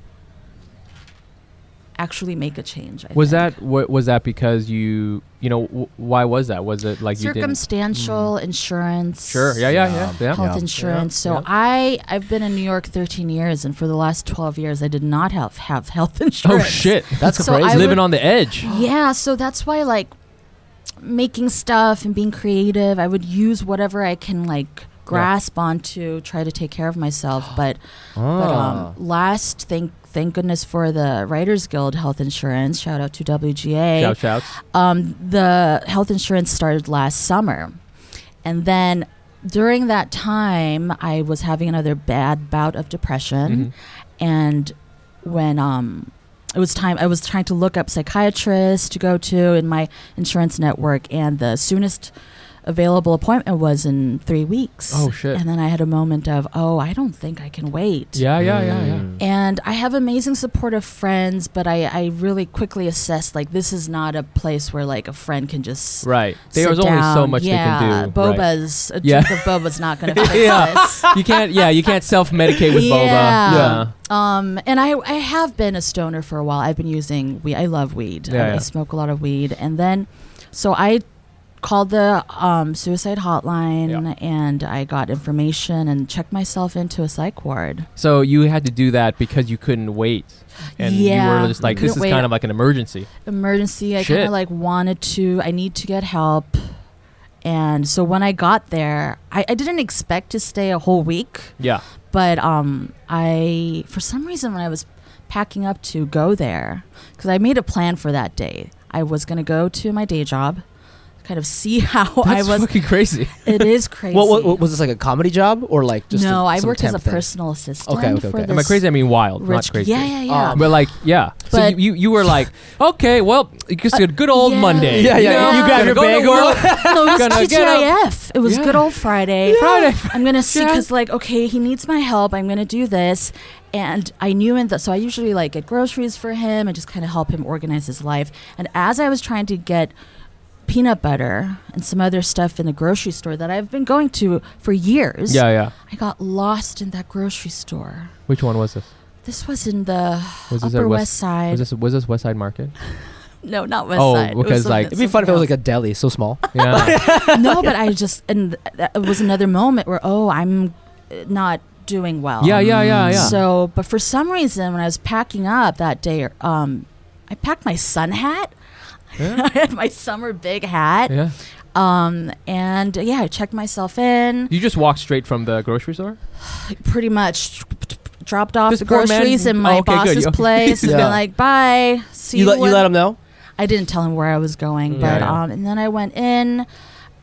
actually make a change. I Was think. that wa- was that because you you know w- why was that? Was it like you didn't? Mm. circumstantial insurance? Sure. Yeah, yeah, yeah, yeah. health Yeah. insurance. So yeah. I I've been in New York 13 years, and for the last 12 years, I did not have have health insurance. Oh shit. That's So crazy. I Living would- on the edge. Yeah, so that's why like making stuff and being creative, I would use whatever I can like grasp onto, try to take care of myself. But but Ah. um, last thank thank goodness for the Writers Guild health insurance. Shout out to WGA Shout shouts. um, the health insurance started last summer. And then during that time, I was having another bad bout of Mm-hmm. depression. And when um, it was time, I was trying to look up psychiatrists to go to in my insurance network, and the soonest available appointment was in three weeks. Oh, shit. And then I had a moment of, oh, I don't think I can wait. Yeah, yeah, yeah, yeah. Mm. And I have amazing supportive friends, but I, I really quickly assessed like this is not a place where like a friend can just Right. sit There's only so down. much yeah, they can do. right. Boba's a Yeah. drink of boba's not going to fix Yeah. this. You can't. Yeah, you can't self-medicate with boba. Yeah. Yeah. Um, and I, I have been a stoner for a while. I've been using weed. I love weed. Yeah, I, I yeah. smoke a lot of weed. And then, so I called the um, suicide hotline and I got information and checked myself into a psych ward. So you had to do that because you couldn't wait, and you Yeah. were just like, Couldn't "This is wait. kind of like an emergency." emergency. I Shit. kind of like wanted to, I need to get help. And so when I got there, I, I didn't expect to stay a whole week, Yeah. but um, I, for some reason, when I was packing up to go there, because I made a plan for that day, I was going to go to my day job, kind of see how I That's was. fucking crazy. it is crazy. What, what, what- was this like a comedy job or like just no, I I worked as a personal assistant. Okay, okay, for okay. This Am I crazy? I mean, wild, Rich, not crazy. Yeah, yeah, yeah. Oh, But like, yeah. so But- you, you were like, okay, well, it's a good old yeah. Monday. Yeah, yeah, yeah. You grab gotta your go to bagel. work. No, it was Gonna get TGIF. It was Yeah. good old Friday. Friday. I'm gonna see Yeah. because like okay, he needs my help. I'm gonna do this, and I knew in that. So I usually like get groceries for him and just kind of help him organize his life. And as I was trying to get peanut butter and some other stuff in the grocery store that I've been going to for years, yeah, yeah. I got lost in that grocery store. Which one was this? This was in the Was this at Upper West, West? Side. Was this was this West Side Market? no, not West Oh, Side. It was because, something- like- It'd be fun if it was like a deli, so small. Yeah. no, but I just and th- that was another moment where oh, I'm uh, not doing well. yeah, yeah, yeah, yeah. So, but for some reason, when I was packing up that day, um, I packed my sun hat. Yeah. I had my summer big hat. yeah. Um, and yeah, I checked myself in. You just walked straight from the grocery store? Pretty much dropped off This the poor man- groceries in my Oh, okay, good. boss's You- place and Yeah. been like, bye. See you, let, you when- let them know? I didn't tell him where I was going, Mm. but Yeah, yeah. um, and then I went in,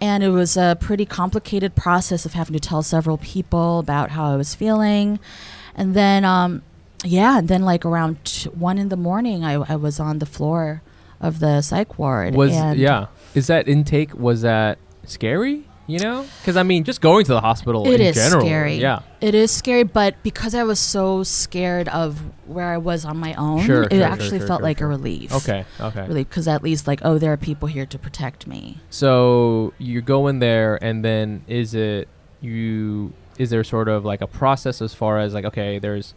and it was a pretty complicated process of having to tell several people about how I was feeling, and then um, yeah, and then like around t- one in the morning, I, I was on the floor of the psych ward. Was and yeah. Is that intake was that scary? You know, because I mean, just going to the hospital It in is general. scary. Yeah. It is scary, but because I was so scared of where I was on my own, Sure, it sure, sure, actually sure, felt sure, like sure. a relief. Okay. Okay. Relief, because at least like oh, there are people here to protect me. So you go in there, and then is it you is there sort of like a process as far as like okay, there's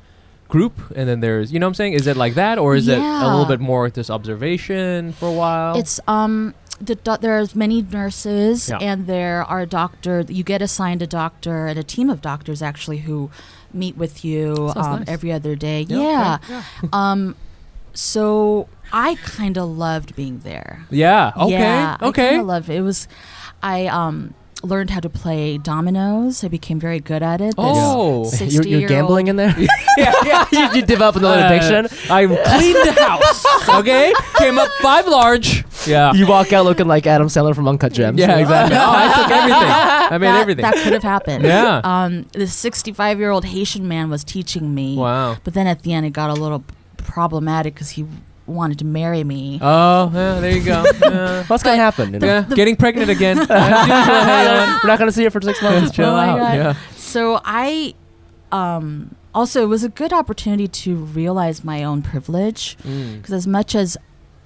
group and then there's you know what I'm saying? Is it like that or is it a little Yeah. bit more just observation for a while? It's um the do- there's many nurses Oh. Yeah. and there are doctor you get assigned a doctor and a team of doctors actually who meet with you Sounds um, nice. every other day. Yeah, Yeah. um so I kind of loved being there. yeah. Okay. Yeah, I okay. kinda loved it. It was I um learned how to play dominoes. I became very good at it. This oh. 60 You're, you're year gambling in there. yeah, yeah. you, you develop another Uh, addiction. I cleaned the house. Okay, came up five large. Yeah, You walk out looking like Adam Sandler from Uncut Gems. yeah, exactly. Oh, I took everything. I made that, everything. that could have happened. Yeah. Um, this 65 year old Haitian man was teaching me. wow. But then at the end, it got a little problematic because he wanted to marry me. Oh, yeah, there you go. Yeah. What's gonna happen? you know? Yeah, getting pregnant again. As usual, hey, um, We're not gonna see her for six months. chill Oh my out. God. Yeah. So I, um, also it was a good opportunity to realize my own privilege because as much as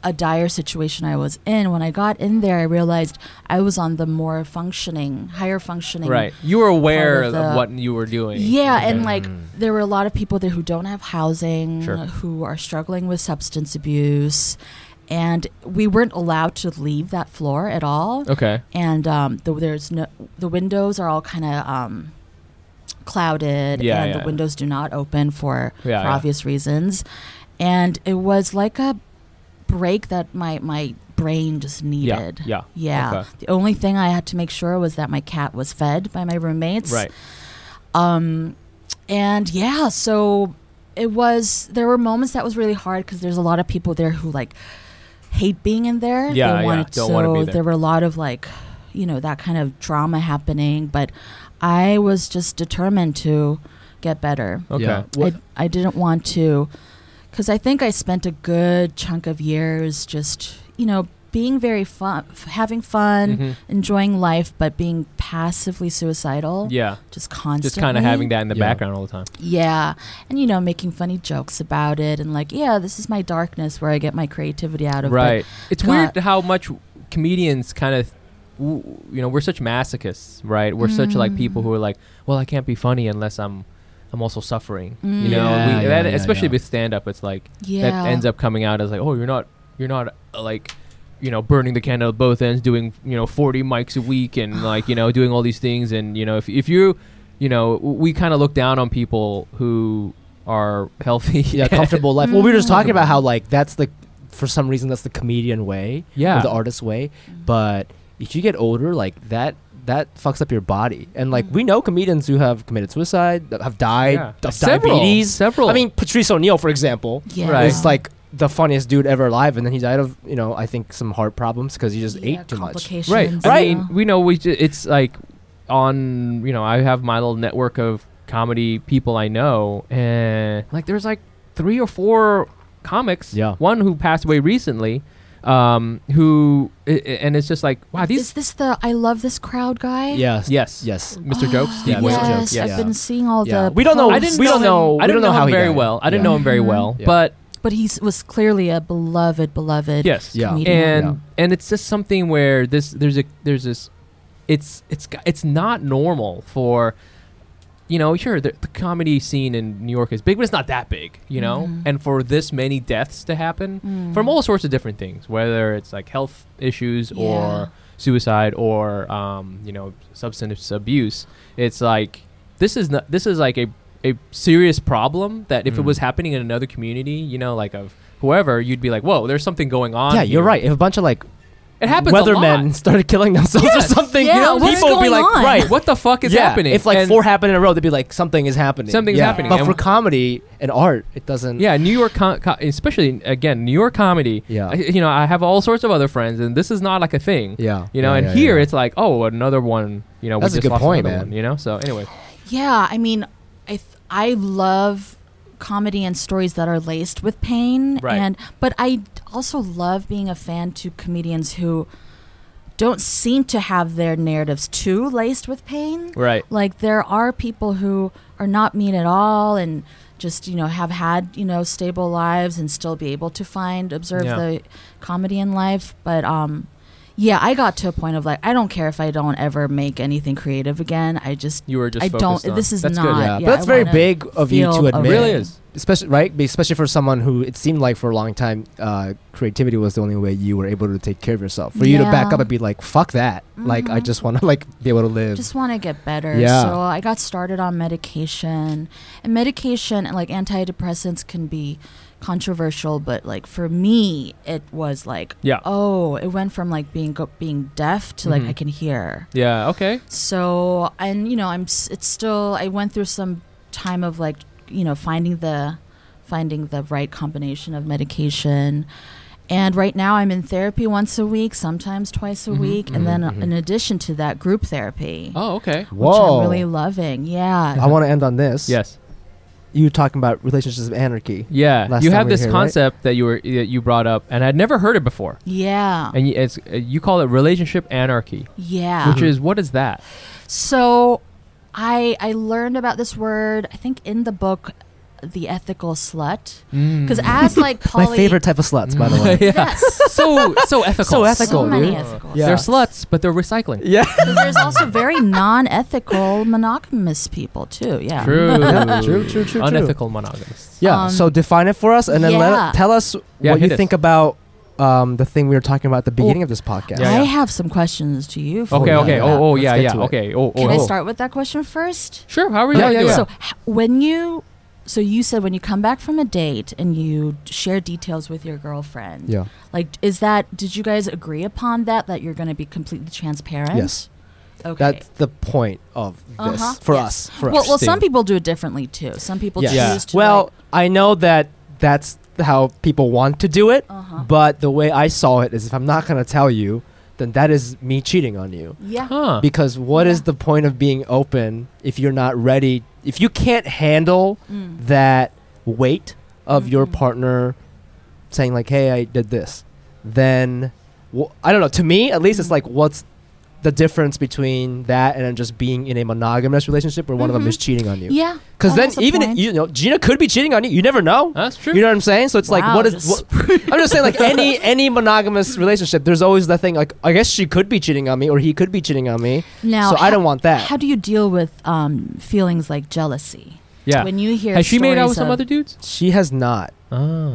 a dire situation I was in, when I got in there, I realized I was on the more functioning, higher functioning. Right. You were aware Part of, of the- what you were doing. Mm-hmm. Yeah, Okay. and like there were a lot of people there who don't have housing, Sure. who are struggling with substance abuse, and we weren't allowed to leave that floor at all. Okay. And um, the, there's no the windows are all kind of um, clouded, Yeah, and yeah. the windows do not open for, Yeah, for yeah. obvious reasons. And it was like a break that my my brain just needed. yeah, Yeah. okay. The only thing I had to make sure was that my cat was fed by my roommates. Right. Um, and yeah, so it was. There were moments that was really hard because there's a lot of people there who like hate being in there. Yeah, yeah, they wanted, don't so wanna be there. were a lot of like, you know, that kind of drama happening. But I was just determined to get better. Okay. Yeah. I, I didn't want to, because I think I spent a good chunk of years just you know being very fun, f- having fun, Mhm. enjoying life, but being passively suicidal. Yeah. Just constantly. Just kind of having that in the Yeah. background all the time. Yeah. And, you know, making funny jokes about it and, like, yeah, this is my darkness where I get my creativity out of. but Right. It's got- weird how much comedians kind of, you know, we're such masochists, right? We're such like people Mm. who are like, well, I can't be funny unless I'm, I'm also suffering. Mm. You know, Yeah, we, yeah, that, yeah, especially yeah. with stand up, it's like Yeah. that ends up coming out as like, oh, you're not, you're not uh, like. You know, burning the candle at both ends, doing you know forty mics a week, and like you know doing all these things, and you know if if you, you know, we kind of look down on people who are healthy. yeah, comfortable life. Well, we were just talking about how like that's the for some reason that's the comedian way, Yeah. or the artist way. But if you get older, like that that fucks up your body. And like we know comedians who have committed suicide, that have died Yeah. of Several, diabetes. several. I mean, Patrice O'Neill, for example, Yeah. Right. is like the funniest dude ever alive, and then he died of you know I think some heart problems because he just Yeah, ate too much. complications, right you right know. we know we ju- it's like on you know i have my little network of comedy people i know and like there's like three or four comics Yeah. one who passed away recently um who i- i- and it's just like wow Is these this the I love this crowd guy? Oh, Yes. yes Yes. mr jokes Yeah, steve Mr. Wales. Yes, Jokes, I've yeah. been seeing all Yeah. the. We don't know- posts. I didn't We don't know- I we didn't don't know how him he very died. well. I didn't Yeah. know him very Mm-hmm. well, Yeah. but But he was clearly a beloved, beloved. yes, Yeah. comedian. and Yeah. and it's just something where this there's a there's this it's it's g- it's not normal for you know sure the, the comedy scene in new york is big but it's not that big you know and for this many deaths to happen Mm. from all sorts of different things whether it's like health issues Yeah. or suicide or um, you know substance abuse it's like this is not this is like a a serious problem that if it Mm. was happening in another community you know like of whoever you'd be like whoa there's something going on Yeah, you're here." right. If a bunch of like It happens. A weathermen lot. started killing themselves or something, Yeah, you know, what's people would be going like, on? right, What the fuck is yeah, happening? If like And- four happened in a row, they'd be like, something is happening. Something's yeah. happening. But And- for comedy and art, it doesn't. Yeah, New York, com- co- especially again, New York comedy. Yeah. I, you know, I have all sorts of other friends, and this is not like a thing. Yeah. You know, Yeah, and yeah, here yeah. it's like, oh, another one. You know, That's a we just good lost point, another man. One, you know, so anyway, Yeah, I mean, I th- I love comedy and stories that are laced with pain, Right. and but I d- also love being a fan to comedians who don't seem to have their narratives too laced with pain. right. Like there are people who are not mean at all and just you know have had you know stable lives and still be able to find observe Yeah. the comedy in life, but um. yeah, I got to a point of like, I don't care if I don't ever make anything creative again. I just, You were just I don't. focused on- This is That's good. not. Yeah, yeah, but that's I very wanna big of you feel to a admit. way. really is. especially right, especially for someone who it seemed like for a long time, uh, creativity was the only way you were able to take care of yourself. For you to back Yeah. up and be like, "Fuck that!" Like I Mhm. just want to like be able to live. just want to get better. Yeah. So I got started on medication. And medication and like antidepressants can be controversial, but like for me, it was like, Yeah. oh, it went from like being go- being deaf to like Mhm. I can hear. Yeah. Okay. So and you know I'm s- it's still I went through some time of like you know finding the finding the right combination of medication. And right now I'm in therapy once a week, sometimes twice a Mhm, week, and then mhm, mhm. in addition to that group therapy Oh, okay. which Whoa! I'm really loving. Yeah. I want to end on this. Yes. you were talking about relationships of anarchy. Yeah. Last you time have we were this here, right? concept that you were that you brought up, and I'd never heard it before. Yeah. And y- it's uh, you call it relationship anarchy, Yeah. Mm-hmm. which is what is that? So I I learned about this word I think in the book The Ethical Slut cuz Mm. as like poly Mm. My favorite type of sluts, by the way. yeah. Yes. So so ethical. So ethical, so many dude. ethical. Yeah. They're sluts, but they're recycling. Yeah. But There's also very non-ethical monogamous people too. Yeah. True. True, true, true, true. Unethical monogamists. Yeah. Um, so define it for us, and then yeah. let, tell us Yeah, what you hit us. think about um, the thing we were talking about at the beginning of this podcast. Yeah, I yeah. have some questions to you. For Okay. yeah, okay. yeah. Oh. Oh. Let's Yeah. get Yeah. to it. Okay. Oh. Can oh, I oh. start with that question first? Sure. How are you? Yeah, doing? yeah, So h- when you so you said when you come back from a date and you d- share details with your girlfriend. Yeah. Like, is that? Did you guys agree upon that? That you're going to be completely transparent? Yes. Okay. That's the point of this Uh-huh. for Yes. us. For well, us. well, some Interesting. people do it differently too. Some people Yes. Yeah. choose to. Well, I know that that's how people want to do it, like, uh-huh. but the way I saw it is if I'm not going to tell you, then that is me cheating on you. yeah. huh. Because what is Yeah. the point of being open if you're not ready? If you can't handle Mm. that weight of your Mhm. partner saying like hey i did this then wh- i don't know to me at least it's Mhm. like what's the difference between that and then just being in a monogamous relationship where one of them Mhm. is cheating on you Yeah. because Oh, then that's a even if- point. you know gina could be cheating on you you never know That's true. you know what i'm saying so it's like Wow, what is just- what, i'm just saying like any any monogamous relationship there's always that thing like i guess she could be cheating on me or he could be cheating on me Now, so i don't want that How do you deal with um, feelings like jealousy? yeah. When you hear Has she made out stories with some of- other dudes? she has not Oh.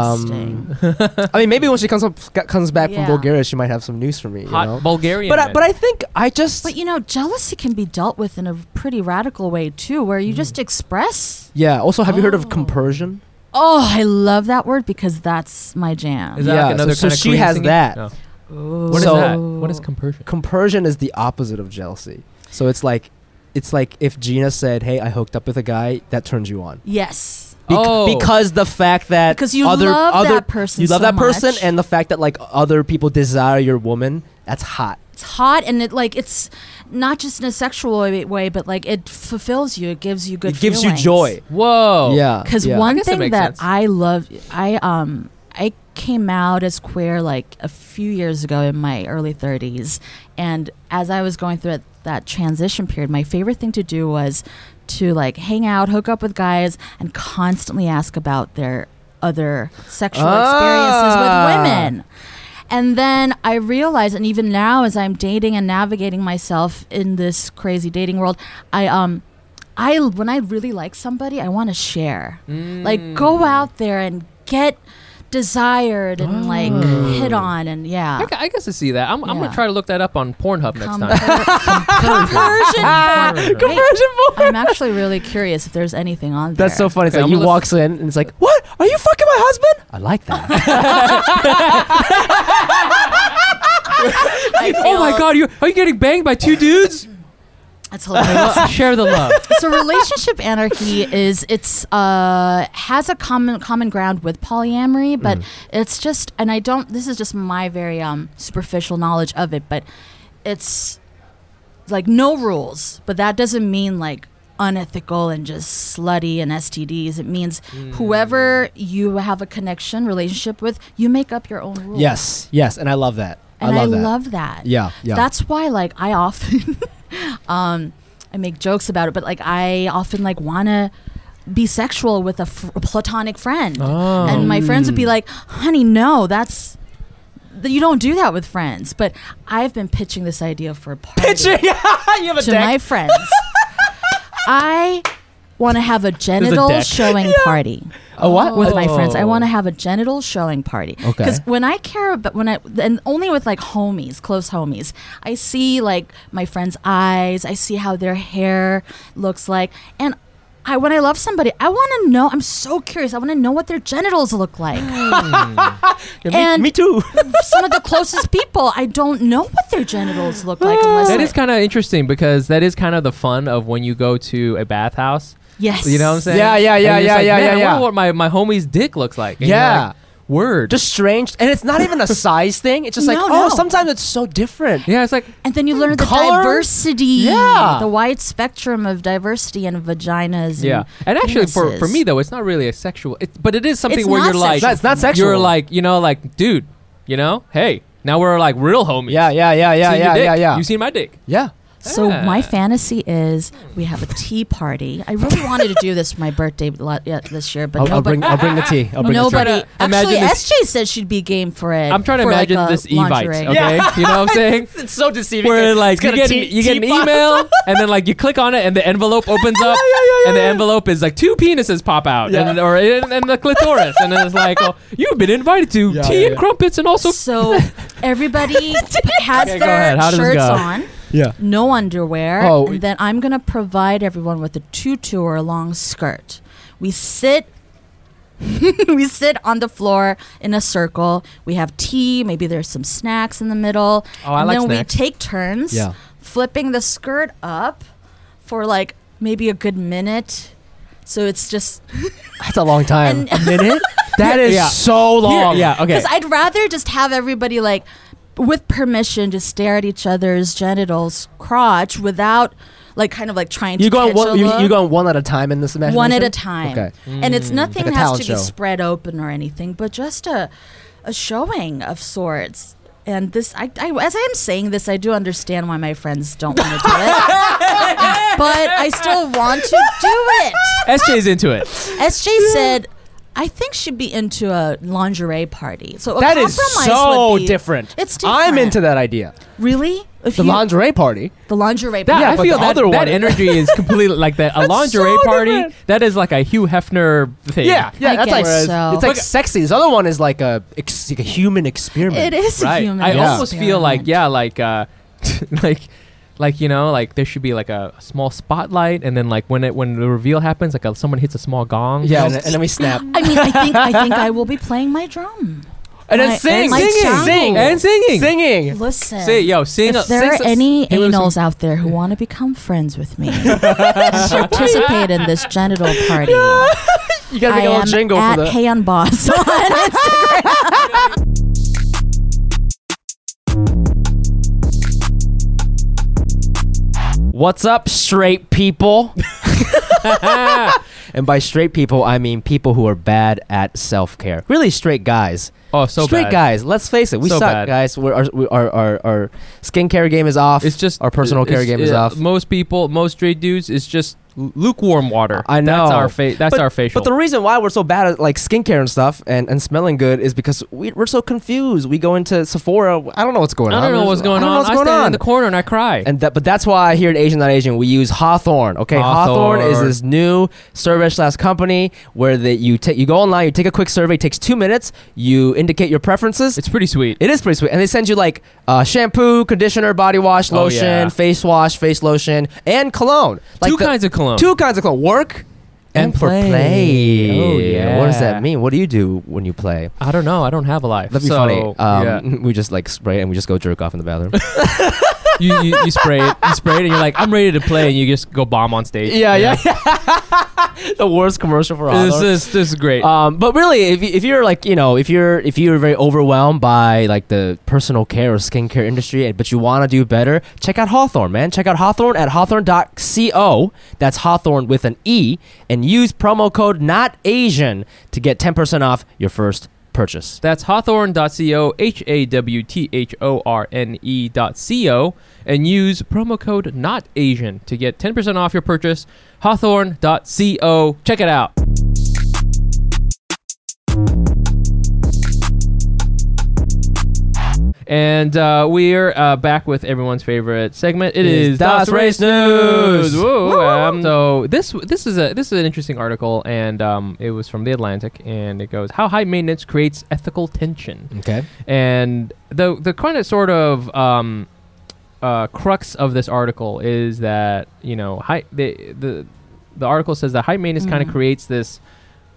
Interesting. Um, I mean, maybe when she comes up, comes back Yeah. from Bulgaria, she might have some news for me. You Hot know? Bulgarian. But I, men. but I think I just but you know, jealousy can be dealt with in a pretty radical way too, where Mm. you just express. yeah. Also, have you heard of Oh. compersion? Oh, I love that word because that's my jam. Is that Yeah, like so- another so kind of she Korean has singing? that. No. Ooh. What is So- that? What is compersion? Compersion is the opposite of jealousy. So it's like it's like if Gina said, "Hey, I hooked up with a guy," that turns you on. Yes. Bec- Oh. Because the fact that Because you other love other that person you love so that person much. and the fact that like other people desire your woman, that's hot. It's hot and it like it's not just in a sexual way, way, but like it fulfills you. It gives you good. it gives you joy. Whoa. Yeah. Because yeah. one guess that thing makes that sense. I love, I um, I came out as queer like a few years ago in my early thirties, and as I was going through it, that transition period, my favorite thing to do was to like hang out, hook up with guys, and constantly ask about their other sexual Ah. experiences with women. And then I realized, and even now as I'm dating and navigating myself in this crazy dating world, I um, I when I really like somebody, I want to share. Like go out there and get desired and like hit on and yeah. I, gu- I guess I see that. I'm, I'm gonna Yeah. try to look that up on Pornhub next Com- time. Conversion. Conversion. Hey, I'm actually really curious if there's anything on there. That's so funny. It's Okay, like I'm you gonna- walks in and it's like, "What? Are you fucking my husband?" I like that. I Oh my feel- god, you are you getting banged by two dudes? That's hilarious. Share the love. so relationship anarchy is it's uh has a common common ground with polyamory Mm. but it's just and i don't this is just my very um superficial knowledge of it but it's like no rules but that doesn't mean like unethical and just slutty and stds it means Mm. whoever you have a connection relationship with you make up your own rules yes, yes, and I love that. and I i love that. love that Yeah, yeah. that's why like i often um i make jokes about it but like i often like wanna be sexual with a, f- a platonic friend Oh. and my friends would be like honey no that's th- you don't do that with friends. But I've been pitching this idea for a party you have a to deck. my friends. I want to have a genital deck. showing party. a what? With my friends, I want to have a genital showing party. Okay. Because when I care about when I and only with like homies, close homies, I see like my friends' eyes. I see how their hair looks like, and I when I love somebody, I want to know. I'm so curious. I want to know what their genitals look like. Yeah, and- me, me too. Some of the closest people, I don't know what their genitals look like unless That I- is kind of interesting because that is kind of the fun of when you go to a bathhouse. yes. You know what I'm saying? Yeah, yeah, And yeah, you're just yeah, like, yeah, "Man, yeah, I yeah." wonder what my, my homie's dick looks like. And you're Yeah. like, Word. just strange, and it's not even a size thing. It's just like, No, oh, no. sometimes it's so different. yeah, it's like And then you learn the Color? diversity, Yeah. the wide spectrum of diversity and vaginas. yeah. And and actually, for, for penises. me though, it's not really a sexual. It's, but it is something It's where not you're like, sexual. No, it's not sexual. You're like, you know, like, dude, you know, hey, now we're like real homies. Yeah, yeah, yeah, yeah, Seen your yeah, dick. yeah, yeah. You seen my dick? yeah. So Yeah. my fantasy is we have a tea party. I really wanted to do this for my birthday lo- yeah, this year, but I'll, I'll nobody. bring, I'll bring the tea. I'll bring the nobody. trying Actually, to imagine this- SJ said she'd be game for it. I'm trying to for, like, imagine a this Evite. lingerie. Okay, you know what I'm saying? tea. It's so deceiving. Where like you get, you get an email and then like you click on it and the envelope opens up and the envelope is like two penises pop out Yeah. and or and, and the clitoris and then it's like oh, you've been invited to Yeah, tea yeah, and yeah. crumpets and also So everybody has Okay, go their ahead. How does it shirts go? on. Yeah. no underwear, Oh. and then I'm gonna provide everyone with a tutu or a long skirt. We sit. we sit on the floor in a circle. We have tea. Maybe there's some snacks in the middle. Oh, I and like then snacks. we take turns Yeah. flipping the skirt up for like maybe a good minute. So it's just That's a long time. And- A minute? That is Yeah. so long. yeah okay because I'd rather just have everybody like with permission to stare at each other's genitals, crotch without like kind of like trying You to go catch a one, you, look. you going one at a time in this imagination. one at a time. Okay. And it's nothing Like a that has talent to show. be spread open or anything, but just a a showing of sorts. And this, I, I, as I am saying this, I do understand why my friends don't want to do it, but I still want to do it. SJ's into it SJ said, "I think she'd be into a lingerie party." So a That is compromise so would be- different. It's I'm different. into that idea. really if The you, lingerie party. the lingerie that, party. Yeah, I but feel the that, other that one- energy is completely like that a lingerie so party different. that is like a Hugh Hefner thing Yeah, yeah, I that's like guess so. it's like Look- sexy. This other one is like a ex, like a human experiment. It is a right human. I Yeah. almost feel like experiment. yeah like uh like like you know like there should be like a small spotlight and then like when it when the reveal happens like a, someone hits a small gong Yeah, and, and then we snap I mean, I think I think I will be playing my drum. and then My- sing, and my singing, child. singing, and singing singing. Listen, Say, yo, sing. if there sing are some- any Hey, listen. anals out there who want to become friends with me, participate in this genital party. I You gotta make a am little jingle at for the. Hey on Boss. What's up, straight people? and by straight people, I mean people who are bad at self care. Really, straight guys. Oh, so straight bad. guys. Let's face it, we So suck, bad. guys. We're, our, we, our our our skincare game is off. It's just our personal care it's- game is yeah, off. Most people, most straight dudes, it's just lu- lukewarm water. I know. That's our fa- That's our facial. But the reason why we're so bad at like skincare and stuff and, and smelling good is because we, we're so confused. We go into Sephora. I don't know what's going on. I don't know what's going I don't on. know what's I going stand on. in the corner and I cry. and that, but that's why here at Asian Not Asian we use Hawthorne. Okay, Hawthorne, Hawthorne. is this new survey slash company where that you take you go online, you take a quick survey, it takes two minutes, you indicate your preferences. it's pretty sweet. It is pretty sweet. And they send you like uh, shampoo, conditioner, body wash, Oh, lotion, yeah. face wash, face lotion, and cologne. Like two the- kinds of cologne. Two kinds of cologne. Work and, And for play. play. Oh, yeah. What does that mean? What do you do when you play? I don't know. I don't have a life. That'd be so, funny. Um, yeah. We just like spray it and we just go jerk off in the bathroom. you, you you spray it. You spray it, and you're like, I'm ready to play, and you just go bomb on stage. the worst commercial for This is this is great. Um, but really, if, you- if you're like you know, if you're if you're very overwhelmed by like the personal care or skincare industry, but you want to do better, check out Hawthorne, man. Check out Hawthorne at hawthorne.co. That's Hawthorne with an e, and use promo code not Asian to get ten percent off your first purchase. That's hawthorne.co, H A W T H O R N E dot co, and use promo code not Asian to get 10% off your purchase. Hawthorne.co. Check it out. And uh, we're uh, back with everyone's favorite segment. It Is is Das Race News. Woo, um, so this this is a this is an interesting article, and um, it was from the Atlantic, and it goes how high maintenance creates ethical tension, Okay. and the the kind of sort of um, uh, crux of this article is that you know high the the the article says that high maintenance kind Mm. Mhm. of creates this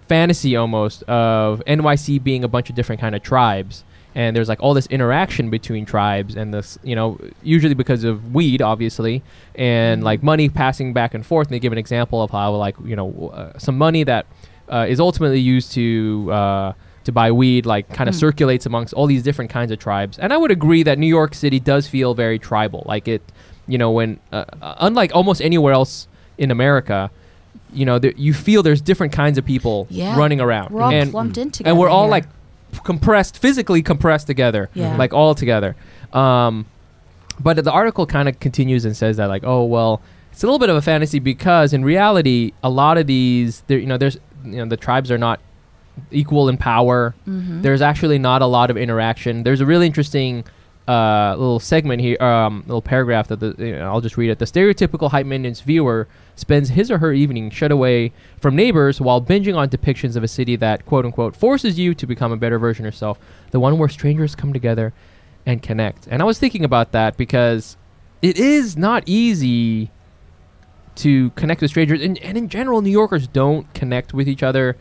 fantasy almost of NYC being a bunch of different kind of tribes. And there's like all this interaction between tribes and this, you know, usually because of weed, obviously, Mm-hmm. and like money passing back and forth. And they give an example of how like you know uh, some money that uh, is ultimately used to uh, to buy weed like Mm. kind of circulates amongst all these different kinds of tribes. And I would agree that New York City does feel very tribal. Like it, you know, when uh, uh, unlike almost anywhere else in America, you know, there, you feel there's different kinds of people Yeah. running around, We're all and plumped in together. and we're all here. like compressed, physically compressed together, Mm-hmm. Yeah. like all together. Um, but the article kind of continues and says that like, oh well, it's a little bit of a fantasy because in reality, a lot of these, there, you know, there's you know the tribes are not equal in power. Mm-hmm. There's actually not a lot of interaction. There's a really interesting uh, little segment here, um, little paragraph that the, you know, I'll just read it. The stereotypical hype minions viewer spends his or her evening shut away from neighbors while binging on depictions of a city that quote unquote forces you to become a better version of yourself. The one where strangers come together and connect. And I was thinking about that because it is not easy to connect with strangers, and, and in general, New Yorkers don't connect with each other.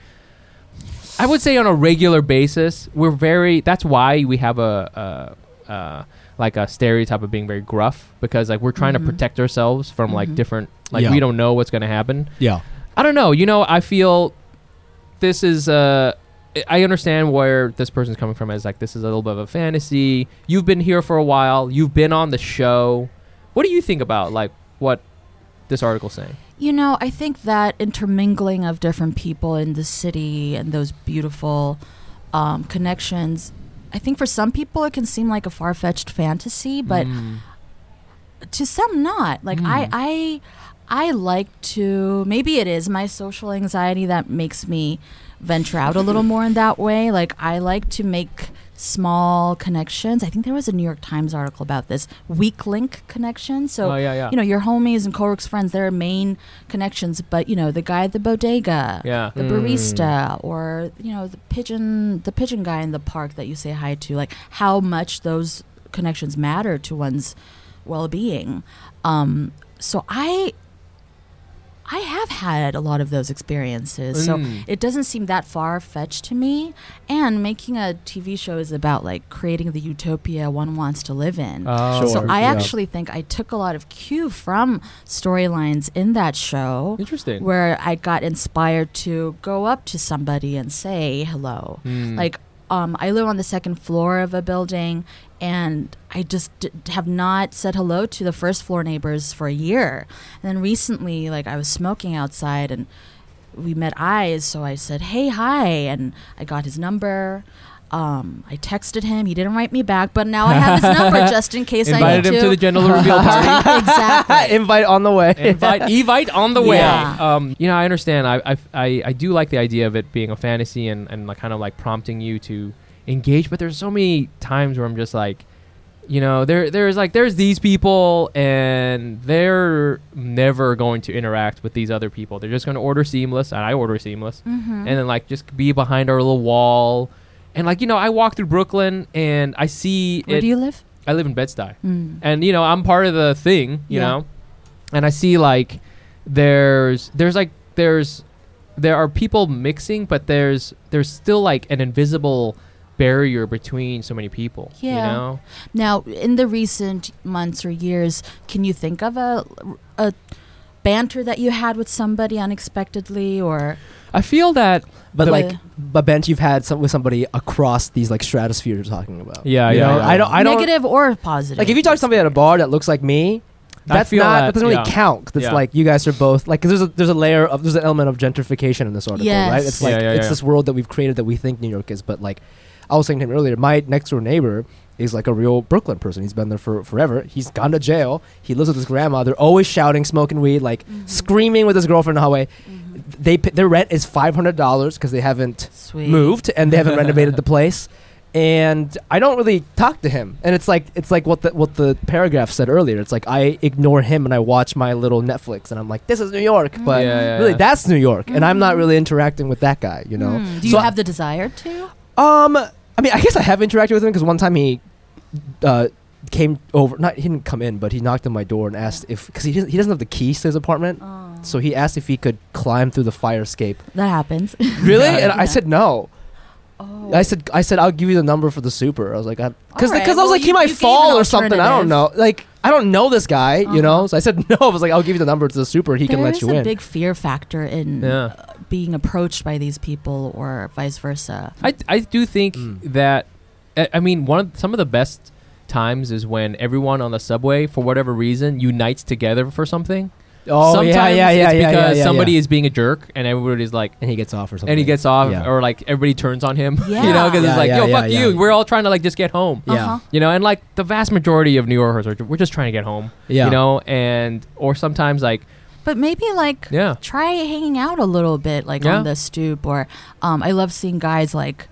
I would say on a regular basis, we're very. That's why we have a, a uh, like a stereotype of being very gruff because like we're trying Mhm. to protect ourselves from like Mhm. different. Like Yeah. we don't know what's going to happen. Yeah. I don't know. You know, I feel this is Uh, I understand where this person's coming from as like this is a little bit of a fantasy. You've been here for a while. You've been on the show. What do you think about like what this article's saying? You know, I think that intermingling of different people in the city and those beautiful um, connections, I think for some people it can seem like a far fetched fantasy, but to some not. Like Hmm. I, I, I like to. Maybe it is my social anxiety that makes me venture out a little more in that way. Like I like to make small connections. I think there was a New York Times article about this weak link connection. So Oh, yeah, yeah. you know your homies and coworkers, friends, their main connections. But you know the guy at the bodega, Yeah. the barista, or you know the pigeon, the pigeon guy in the park that you say hi to. Like how much those connections matter to one's well-being. Um, so I I have had a lot of those experiences. So Mm. it doesn't seem that far fetched to me. And making a TV show is about like creating the utopia one wants to live in. Oh, So Sure, I yeah. actually think I took a lot of cue from storylines in that show Interesting. where I got inspired to go up to somebody and say hello. Hmm. Like, um, I live on the second floor of a building, and I just d- have not said hello to the first floor neighbors for a year. And then recently, like, I was smoking outside and we met eyes, so I said, hey, hi, and I got his number. Um, I texted him. He didn't write me back, but now I have his number just in case I need Invited him to. the genital reveal party. exactly. Invite on the way. invite, evite on the way. Yeah. Um, you know, I understand. I, I, I, I do like the idea of it being a fantasy and, and like kind of like prompting you to engage. But there's so many times where I'm just like, you know, there there's like there's these people and they're never going to interact with these other people. They're just going to order seamless, and I order seamless, Mm-hmm. and then like just be behind our little wall. And like you know, I walk through Brooklyn and I see Where it. do you live? I live in Bed Stuy Mm. and you know I'm part of the thing, you Yeah. know, and I see like there's there's like there's there are people mixing, but there's there's still like an invisible barrier between so many people. Yeah. You know? Now, in the recent months or years, can you think of a a banter that you had with somebody unexpectedly or I feel that But The- like, but bench you've had some, with somebody across these like stratospheres you're talking about. Yeah, You yeah, know, yeah. I don't. I don't. negative or positive? Like if you talk to somebody at a bar that looks like me, I that's feel not. That, that, doesn't really yeah. count. 'cause It's Yeah. like you guys are both like. 'cause there's a there's a layer of there's an element of gentrification in this article, right? Yes. It's like Yeah, yeah, it's yeah. this world that we've created that we think New York is, but like I was saying to him earlier, my next door neighbor is like a real Brooklyn person. He's been there for forever. He's gone to jail. He lives with his grandma. They're always shouting, smoking weed, like screaming with his girlfriend in the hallway. They p- their rent is five hundred dollars because they haven't Sweet. moved and they haven't renovated the place. and I don't really talk to him. And it's like it's like what the what the paragraph said earlier. It's like I ignore him and I watch my little Netflix and I'm like, this is New York, Mm. but Yeah, yeah, really yeah. that's New York, and I'm not really interacting with that guy. You know? Hmm. Mm. Do you So- have the desire to? Um, I mean, I guess I have interacted with him because one time he uh, came over. Not he didn't come in, but he knocked on my door and asked if because he doesn't- he doesn't have the keys to his Oh. apartment. So he asked if he could climb through the fire escape. That happens. Really? And I Yeah. said no. Oh. I said I said I'll give you the number for the super. I was like, because because Alright, I was well, like he you- might you gave fall an or something. I don't know. alternative. Like I don't know this guy, you know. Uh-huh. So I said no. I was like, I'll give you the number to the super. He can let There's you a in. big fear factor in Yeah. uh, being approached by these people or vice versa. I, I do think Mm. that I, I mean one of, some of the best times is when everyone on the subway for whatever reason unites together for something. oh Sometimes yeah, yeah, yeah, it's yeah, yeah, because yeah, somebody yeah. is being a jerk and everybody's like and he gets off or something. and he gets off Yeah. or like everybody turns on him. you know Yeah. because Yeah, it's like yeah, yo yeah, fuck yeah. you. We're all trying to like just get home. Yeah. Uh-huh. You know, and like the vast majority of New Yorkers are we're just trying to get home. yeah. You know, and or sometimes like But maybe like yeah. try hanging out a little bit like Yeah. on the stoop or um, I love seeing guys like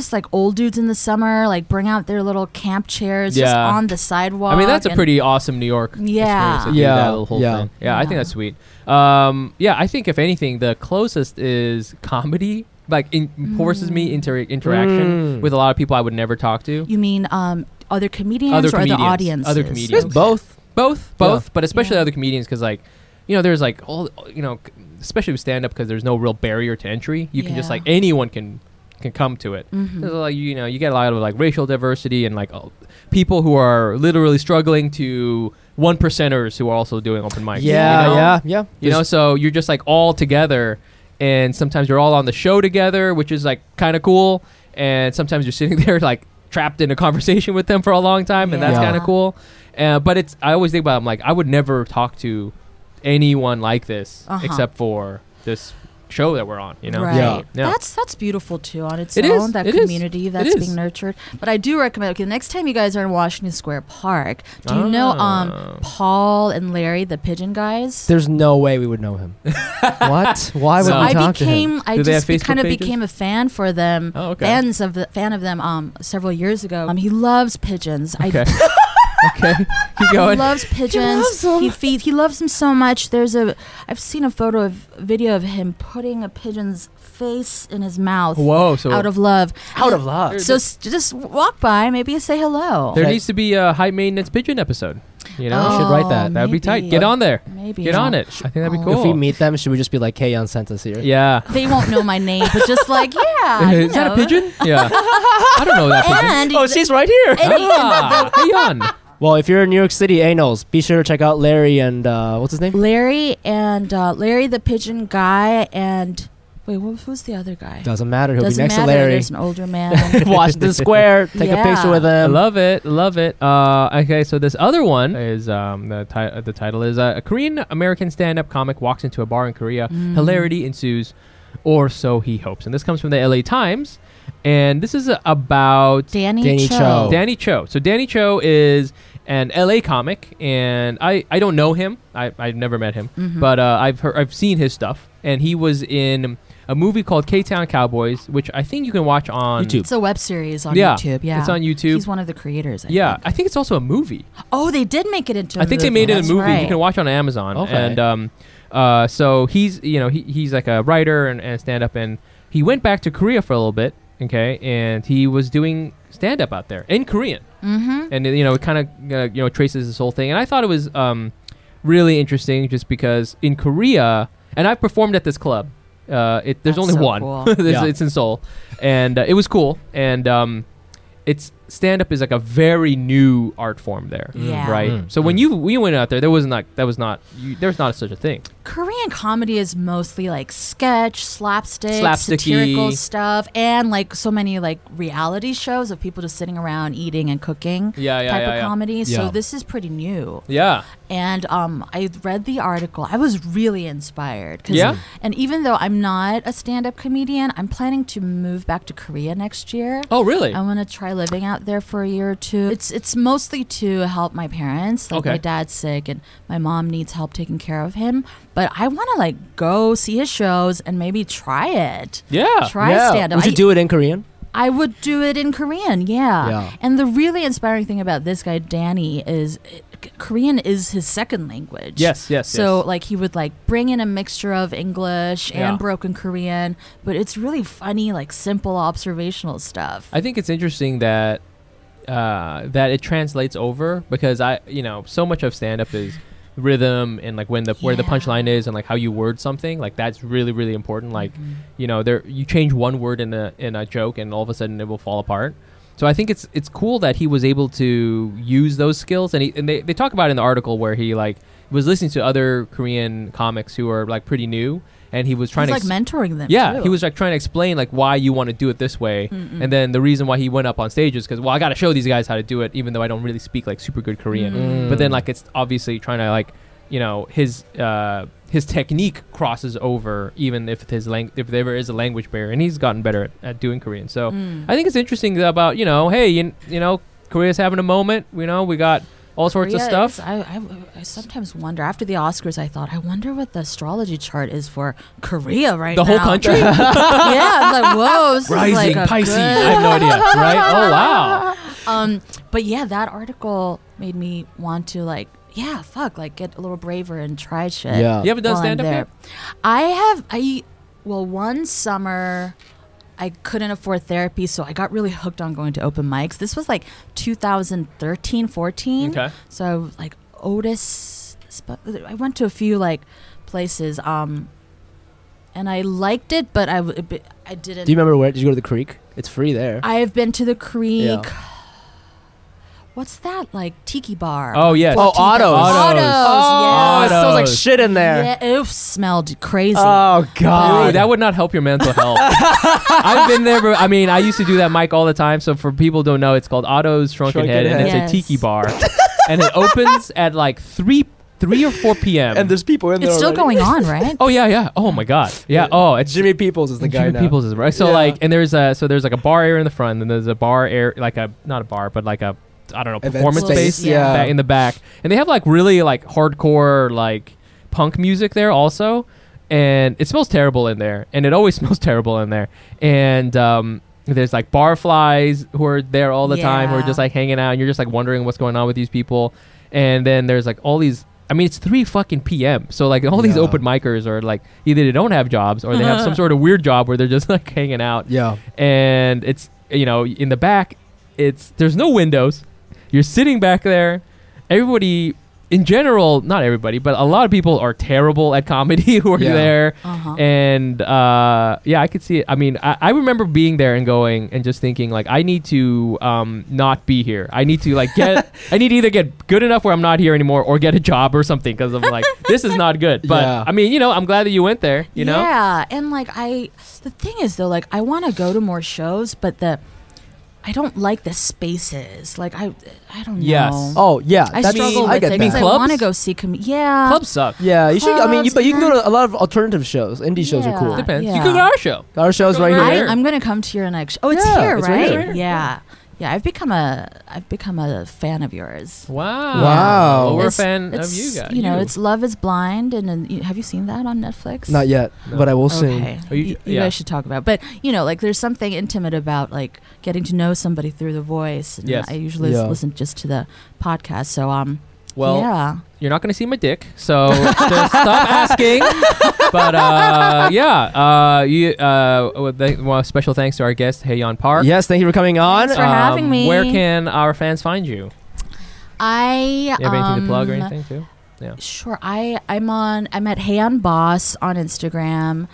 just like old dudes in the summer like bring out their little camp chairs just Yeah. on the sidewalk. I mean, that's a and- pretty awesome New York. Yeah. experience if you do Yeah, that little whole yeah. thing. yeah, I think Yeah. that's sweet. Um, yeah, I think if anything, the closest is comedy. Like, in, forces me into interaction Mm. with a lot of people I would never talk to. You mean um, other comedians Other or comedians. the audience? Other There's Oh, comedians. both. Both, both, but especially Yeah. other comedians because, like, you know, there's like all, you know, c- especially with stand up because there's no real barrier to entry. You can just Yeah. like anyone can can come to it. Mhm. There's, like you know, you get a lot of like racial diversity and like all- people who are literally struggling to one percenters who are also doing open mics. Yeah, you know? yeah, yeah. You know, so you're just like all together, and sometimes you're all on the show together, which is like kind of cool. And sometimes you're sitting there like trapped in a conversation with them for a long time, and that's Yeah. kind of cool. Uh, but it's I always think about it, I'm like I would never talk to anyone like this Uh-huh. except for this show that we're on. You know, Right. Yeah. Yeah. That's that's beautiful too on its It own, is. that It is. community that's is. being nurtured. But I do recommend okay, the next time you guys are in Washington Square Park, do you know Ah. um Paul and Larry, the pigeon guys? There's no way we would know him. what? Why would So- we I talk to him? became I Do they have just be- Facebook kind of pages? became a fan for them. Oh, okay. Fans of the fan of them um several years ago. Um he loves pigeons. okay. I okay, keep He going. loves pigeons. He, feeds. He loves them so much. There's a. I've seen a photo of video of him putting a pigeon's face in his mouth Whoa, so out of love. Out of love. So s- just walk by, maybe say hello. there Okay. needs to be a high maintenance pigeon episode. You know, Oh, we should write that. That'd be tight. maybe. Oh. Get on there. Maybe Get on it. I think that'd be If cool. If we meet them, should we just be like, "Hey, on sent us here"? yeah. They won't know my name, but just like yeah. Uh, you Is that a know. pigeon? Oh, Yeah. I don't know that pigeon. And Oh, she's right here. Ah, pigeon. Well, if you're in New York City, Anals, be sure to check out Larry and uh, what's his name? Larry and uh, Larry the pigeon guy and wait, what, who's the other guy? Doesn't matter. He'll Doesn't be next matter. to Larry. There's an older man. Washington Square. Take a Yeah. picture with I him. love it. Love it. Uh, okay, so this other one is um, the ti- uh, the title is uh, a Korean American stand up comic walks into a bar in Korea. Mm. Hilarity ensues, or so he hopes. And this comes from the L.A. Times, and this is uh, about Danny, Danny Cho. Cho. Danny Cho. So Danny Cho is an LA comic, and I, I don't know him. I I've never met him, but uh, I've heard, I've seen his stuff, and he was in a movie called K Town Cowboys, which I think you can watch on YouTube. It's a web series on Yeah, YouTube. Yeah, it's on YouTube. He's one of the creators. I Yeah, think. I think it's also a movie. Oh, they did make it into. I I think they made it That's a movie. Right. You can watch on Amazon. Okay. And um, uh, so he's you know he, he's like a writer and, and stand up, and he went back to Korea for a little bit. Okay, and he was doing stand up out there in Korean. Mm-hmm. and you know it kind of uh, you know traces this whole thing and i thought it was um, really interesting just because in korea and i've performed at this club uh, it, there's That's only so one cool. There's- Yeah. it's in seoul and uh, it was cool and um, it's stand up is like a very new art form there Yeah. right Mm. so when you we went out there there wasn't like that was not you, there was not such a thing Korean comedy is mostly like sketch, slapstick, Slapsticky. satirical stuff, and like so many like reality shows of people just sitting around eating and cooking. Yeah, yeah, type yeah, of yeah. comedy. Yeah. So this is pretty new. yeah And um, I read the article. I was really inspired. 'cause- Yeah? And even though I'm not a stand-up comedian, I'm planning to move back to Korea next year. oh really I want to try living out there for a year or two. It's it's mostly to help my parents. Like Okay. my dad's sick and my mom needs help taking care of him. But I want to like go see his shows and maybe try it. yeah Try stand up. We should do it in Korean. I would do it in Korean, yeah. Yeah. And the really inspiring thing about this guy, Danny, is K- Korean is his second language. Yes, yes, So yes. like he would like bring in a mixture of English Yeah. and broken Korean, but it's really funny, like simple observational stuff. I think it's interesting that uh, that it translates over because I, you know, so much of stand up is rhythm and like when the where the Yeah. punchline is and like how you word something like that's really really important like Mm-hmm. you know there you change one word in a in a joke and all of a sudden it will fall apart so i think it's it's cool that he was able to use those skills and he and they, they talk about it in the article where he like was listening to other korean comics who are like pretty new and he was trying He's to like ex- mentoring them. yeah, too. he was like trying to explain like why you want to do it this way, and then the reason why he went up on stage is because well, I got to show these guys how to do it, even though I don't really speak like super good Korean. Mm. But then like it's obviously trying to like, you know, his uh, his technique crosses over even if his lang- if there is a language barrier, and he's gotten better at, at doing Korean. So Mm. I think it's interesting about you know, hey, you, you know, Korea's having a moment. You know, we got all sorts of Korea stuff. is- I, I, I sometimes wonder. After the Oscars, I thought, I wonder what the astrology chart is for Korea right The now. whole country? yeah, I'm like, whoa, this is like a I have no idea. Right? Oh wow. good- Um, but yeah, that article made me want to like, yeah, fuck, like get a little braver and try shit. Yeah. You haven't done while I'm stand up there. yet. I have. I well, one summer. I couldn't afford therapy, so I got really hooked on going to open mics. This was like 2013, 14. Okay. So I was like Otis. Sp- I went to a few like places, um, and I liked it, but I w- a bit- I didn't. Do you remember where? Did you go to the creek? It's free there. I have been to the creek. Yeah. What's that like tiki bar? Oh yes. Oh, Autos. Autos. oh, yes. it smells like Autos. shit in there. Yeah, it smelled crazy. Oh God. Dude, that would not help your mental health. I've been there. Bro. I mean, I used to do that mic all the time. So for people who don't know, it's called Otto's Shrunken, Shrunken Head, and Head. it's a tiki Yes. bar, and it opens at like three, three or four p.m. and there's people in there. it's still already. going on, right? oh yeah, yeah. Oh my god. Yeah. Oh, it's Uh, Jimmy Peoples is the guy Jimmy now. Peoples is right. So Yeah. like, and there's a so there's like a bar area in the front, and there's a bar area like a not a bar, but like a I don't know Event performance space, space yeah. back in the back, and they have like really like hardcore like punk music there also, and it smells terrible in there, and it always smells terrible in there, and um. There's like barflies who are there all the time, who are Yeah. just like hanging out, and you're just like wondering what's going on with these people. And then there's like all these. I mean, it's three fucking p.m. So like all these Yeah. open micers are like either they don't have jobs or they Uh-huh. have some sort of weird job where they're just like hanging out. Yeah. And it's you know in the back, it's there's no windows. You're sitting back there. Everybody in general, not everybody, but a lot of people are terrible at comedy who are Yeah. there. Uh-huh. And uh, yeah, I could see it. I mean, I, I remember being there and going and just thinking like, I need to um, not be here. I need to like get. I need to either get good enough where I'm not here anymore, or get a job or something because I'm like, this is not good. But Yeah. I mean, you know, I'm glad that you went there. You know, Yeah, and like I, the thing is though, like I want to go to more shows, but the, I don't like the spaces. Like I, I don't Yes. know. Oh yeah. I that's, struggle I with get it that. because I Clubs? want to go see com- Yeah, clubs suck. Yeah, you should. I mean, you, Clubs, but you can go yeah. to a lot of alternative shows. Indie shows are Yeah. cool. Depends. You Yeah. could go to our show. Our shows right Right. here. I, I'm gonna come to your next. Oh, it's Yeah, here, it's right right? here. Yeah, yeah. I've become a, I've become a fan of yours. Wow. Wow. Well, we're a It's- fan of it's, you guys. You know, it's Love Is Blind, and, and you- have you seen that on Netflix? Not yet, No. but I will soon. Okay, Are Oh, you, you- you yeah. guys should talk about. it. But you know, like there's something intimate about like getting to know somebody through the voice. And Yes. I usually Yeah. listen just to the podcast. So um, well. yeah, you're not going to see my dick, so just stop asking. But uh, yeah, uh, you, uh, well, th- well, special thanks to our guest, Heyon Park. Um, Yes, thank you for coming on. Thanks for having me. Where can our fans find you? I You have anything to plug or um, anything too? Sure. I I'm on. I'm at Heyon Boss on Instagram.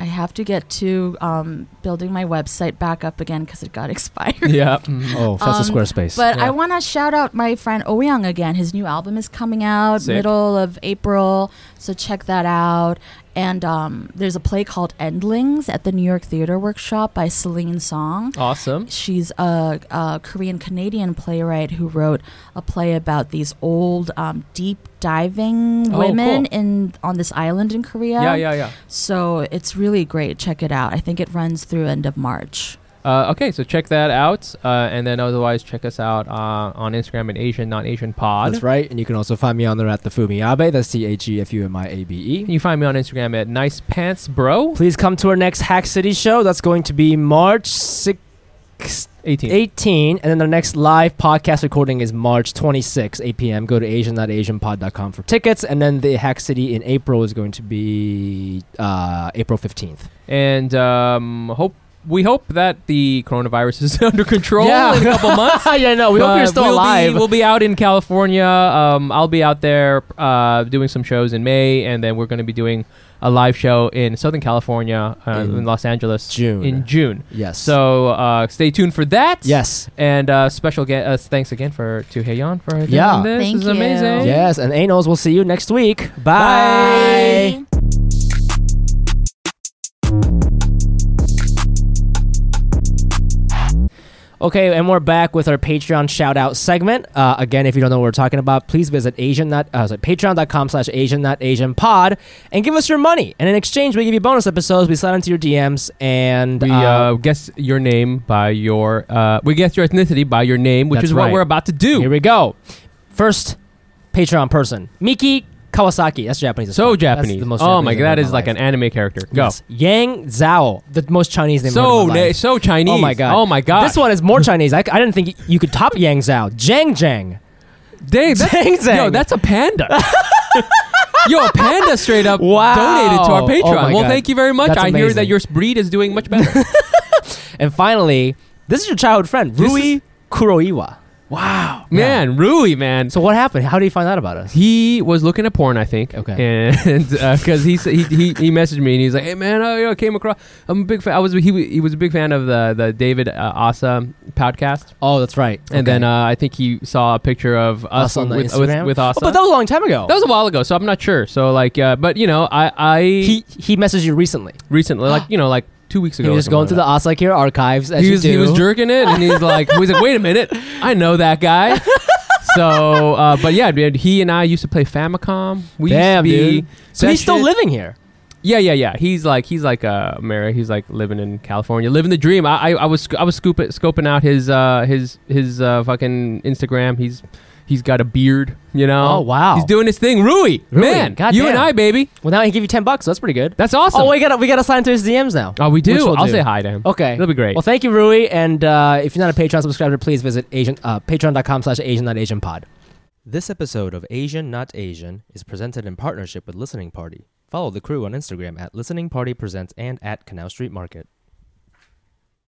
I have to get to um, building my website back up again because it got expired. Yeah. Mm-hmm. Oh, that's a Um, Squarespace. But Yeah. I want to shout out my friend Ouyang again. His new album is coming out Sick. middle of April, so check that out. And um, there's a play called Endlings at the New York Theater Workshop by Celine Song. Awesome. She's a, a Korean Canadian playwright who wrote a play about these old um, deep diving Oh, women cool. in on this island in Korea. Yeah, yeah, yeah. So it's really great. Check it out. I think it runs through end of March. Uh, okay, so check that out, uh, and then otherwise check us out uh, on Instagram at Asian Non Asian Pod. that's right, and you can also find me on there at the Fumiabe. That's T H E F U M I A B E. You can find me on Instagram at Nice Pants Bro. Please come to our next Hack City show. That's going to be March six. 16, 18. 18 and then their next live podcast recording is march 26 8 p.m go to asian.asianpod.com for tickets and then the hack city in april is going to be uh, april 15th And um, hope we hope that the coronavirus is under control Yeah. in a couple months. yeah no we hope But you're still we'll be- alive we'll be out in California. Um, I'll be out there uh, doing some shows in May, and then we're going to be doing a live show in Southern California, uh, In in, Los Angeles, June. In June. yes So uh, stay tuned for that. yes And uh, special ge- uh, thanks again for to Heyeon for doing Yeah. this. Thank this is amazing. you. yes and anos we'll see you next week bye, Bye. Okay, and we're back with our Patreon shout out segment. Uh, again, if you don't know what we're talking about, please visit Asian not, uh, sorry, patreon.com slash Asian not Asian pod and give us your money. And in exchange, we give you bonus episodes. We slide into your DMs and We uh, uh, guess your name by your uh, we guess your ethnicity by your name, which That's is right. what we're about to do. here we go. First Patreon person, Miki Kawasaki. That's Japanese. as so fuck. That's Japanese. the most oh Japanese my I've god, that heard in is like an life. anime character. Go. Yes. Yang Zhao, the most Chinese name. I've heard So in my na- life. so Chinese. Oh my god. Oh my god. This one is more Chinese. I, c- I didn't think y- you could top Yang Zhao. Jang Jang. Dang, that's, Zang Zang. Yo, that's a panda. yo, a panda straight up Wow. donated to our Oh Patreon. my well, God. thank you very much. That's I hear amazing. that your breed is doing much better. And finally, this is your childhood friend, This Rui is- Kuroiwa. wow. Man, Rui, man. So what happened? How did he find out about us? he was looking at porn, I think. Okay. And because he, said- he he he messaged me and he's like, "Hey man, I, I came across. I'm a big fan. I was he, wa- he was a big fan of the the David uh, Asa podcast. Oh, that's right. And then uh, I think he saw a picture of us us, on the with, with Instagram with Oh, Asa. but that was a long time ago. That was a while ago, so I'm not sure. So like, uh, but you know, I I he he messaged you recently. recently, like you know, like two weeks ago. He or was just something going like through that. the Osaka here archives. As he you was, he do. was jerking it and he's like he's like wait a minute i know that guy so uh, but yeah dude, he and i used to play famicom we Damn, used to be dude. So that he's still shit- living here. yeah yeah yeah he's like he's like uh Mary. he's like living in california living the dream i i, I was sc- i was scooping scoping out his uh his his uh fucking instagram he's he's got a beard you know Oh, wow. he's doing his thing rui, Rui, man you goddamn. and i baby Well, now he give you ten bucks. So that's pretty good. that's awesome Oh, we gotta we gotta sign to his DMs now. oh we Which do we'll i'll do. say hi to him Okay, That'll be great. Well, thank you, Rui. And uh, if you're not a Patreon subscriber, please visit Asian uh, patreon.com slash Asian Not Asian Pod. This episode of Asian Not Asian is presented in partnership with Listening Party. Follow the crew on Instagram at Listening Party Presents and at Canal Street Market.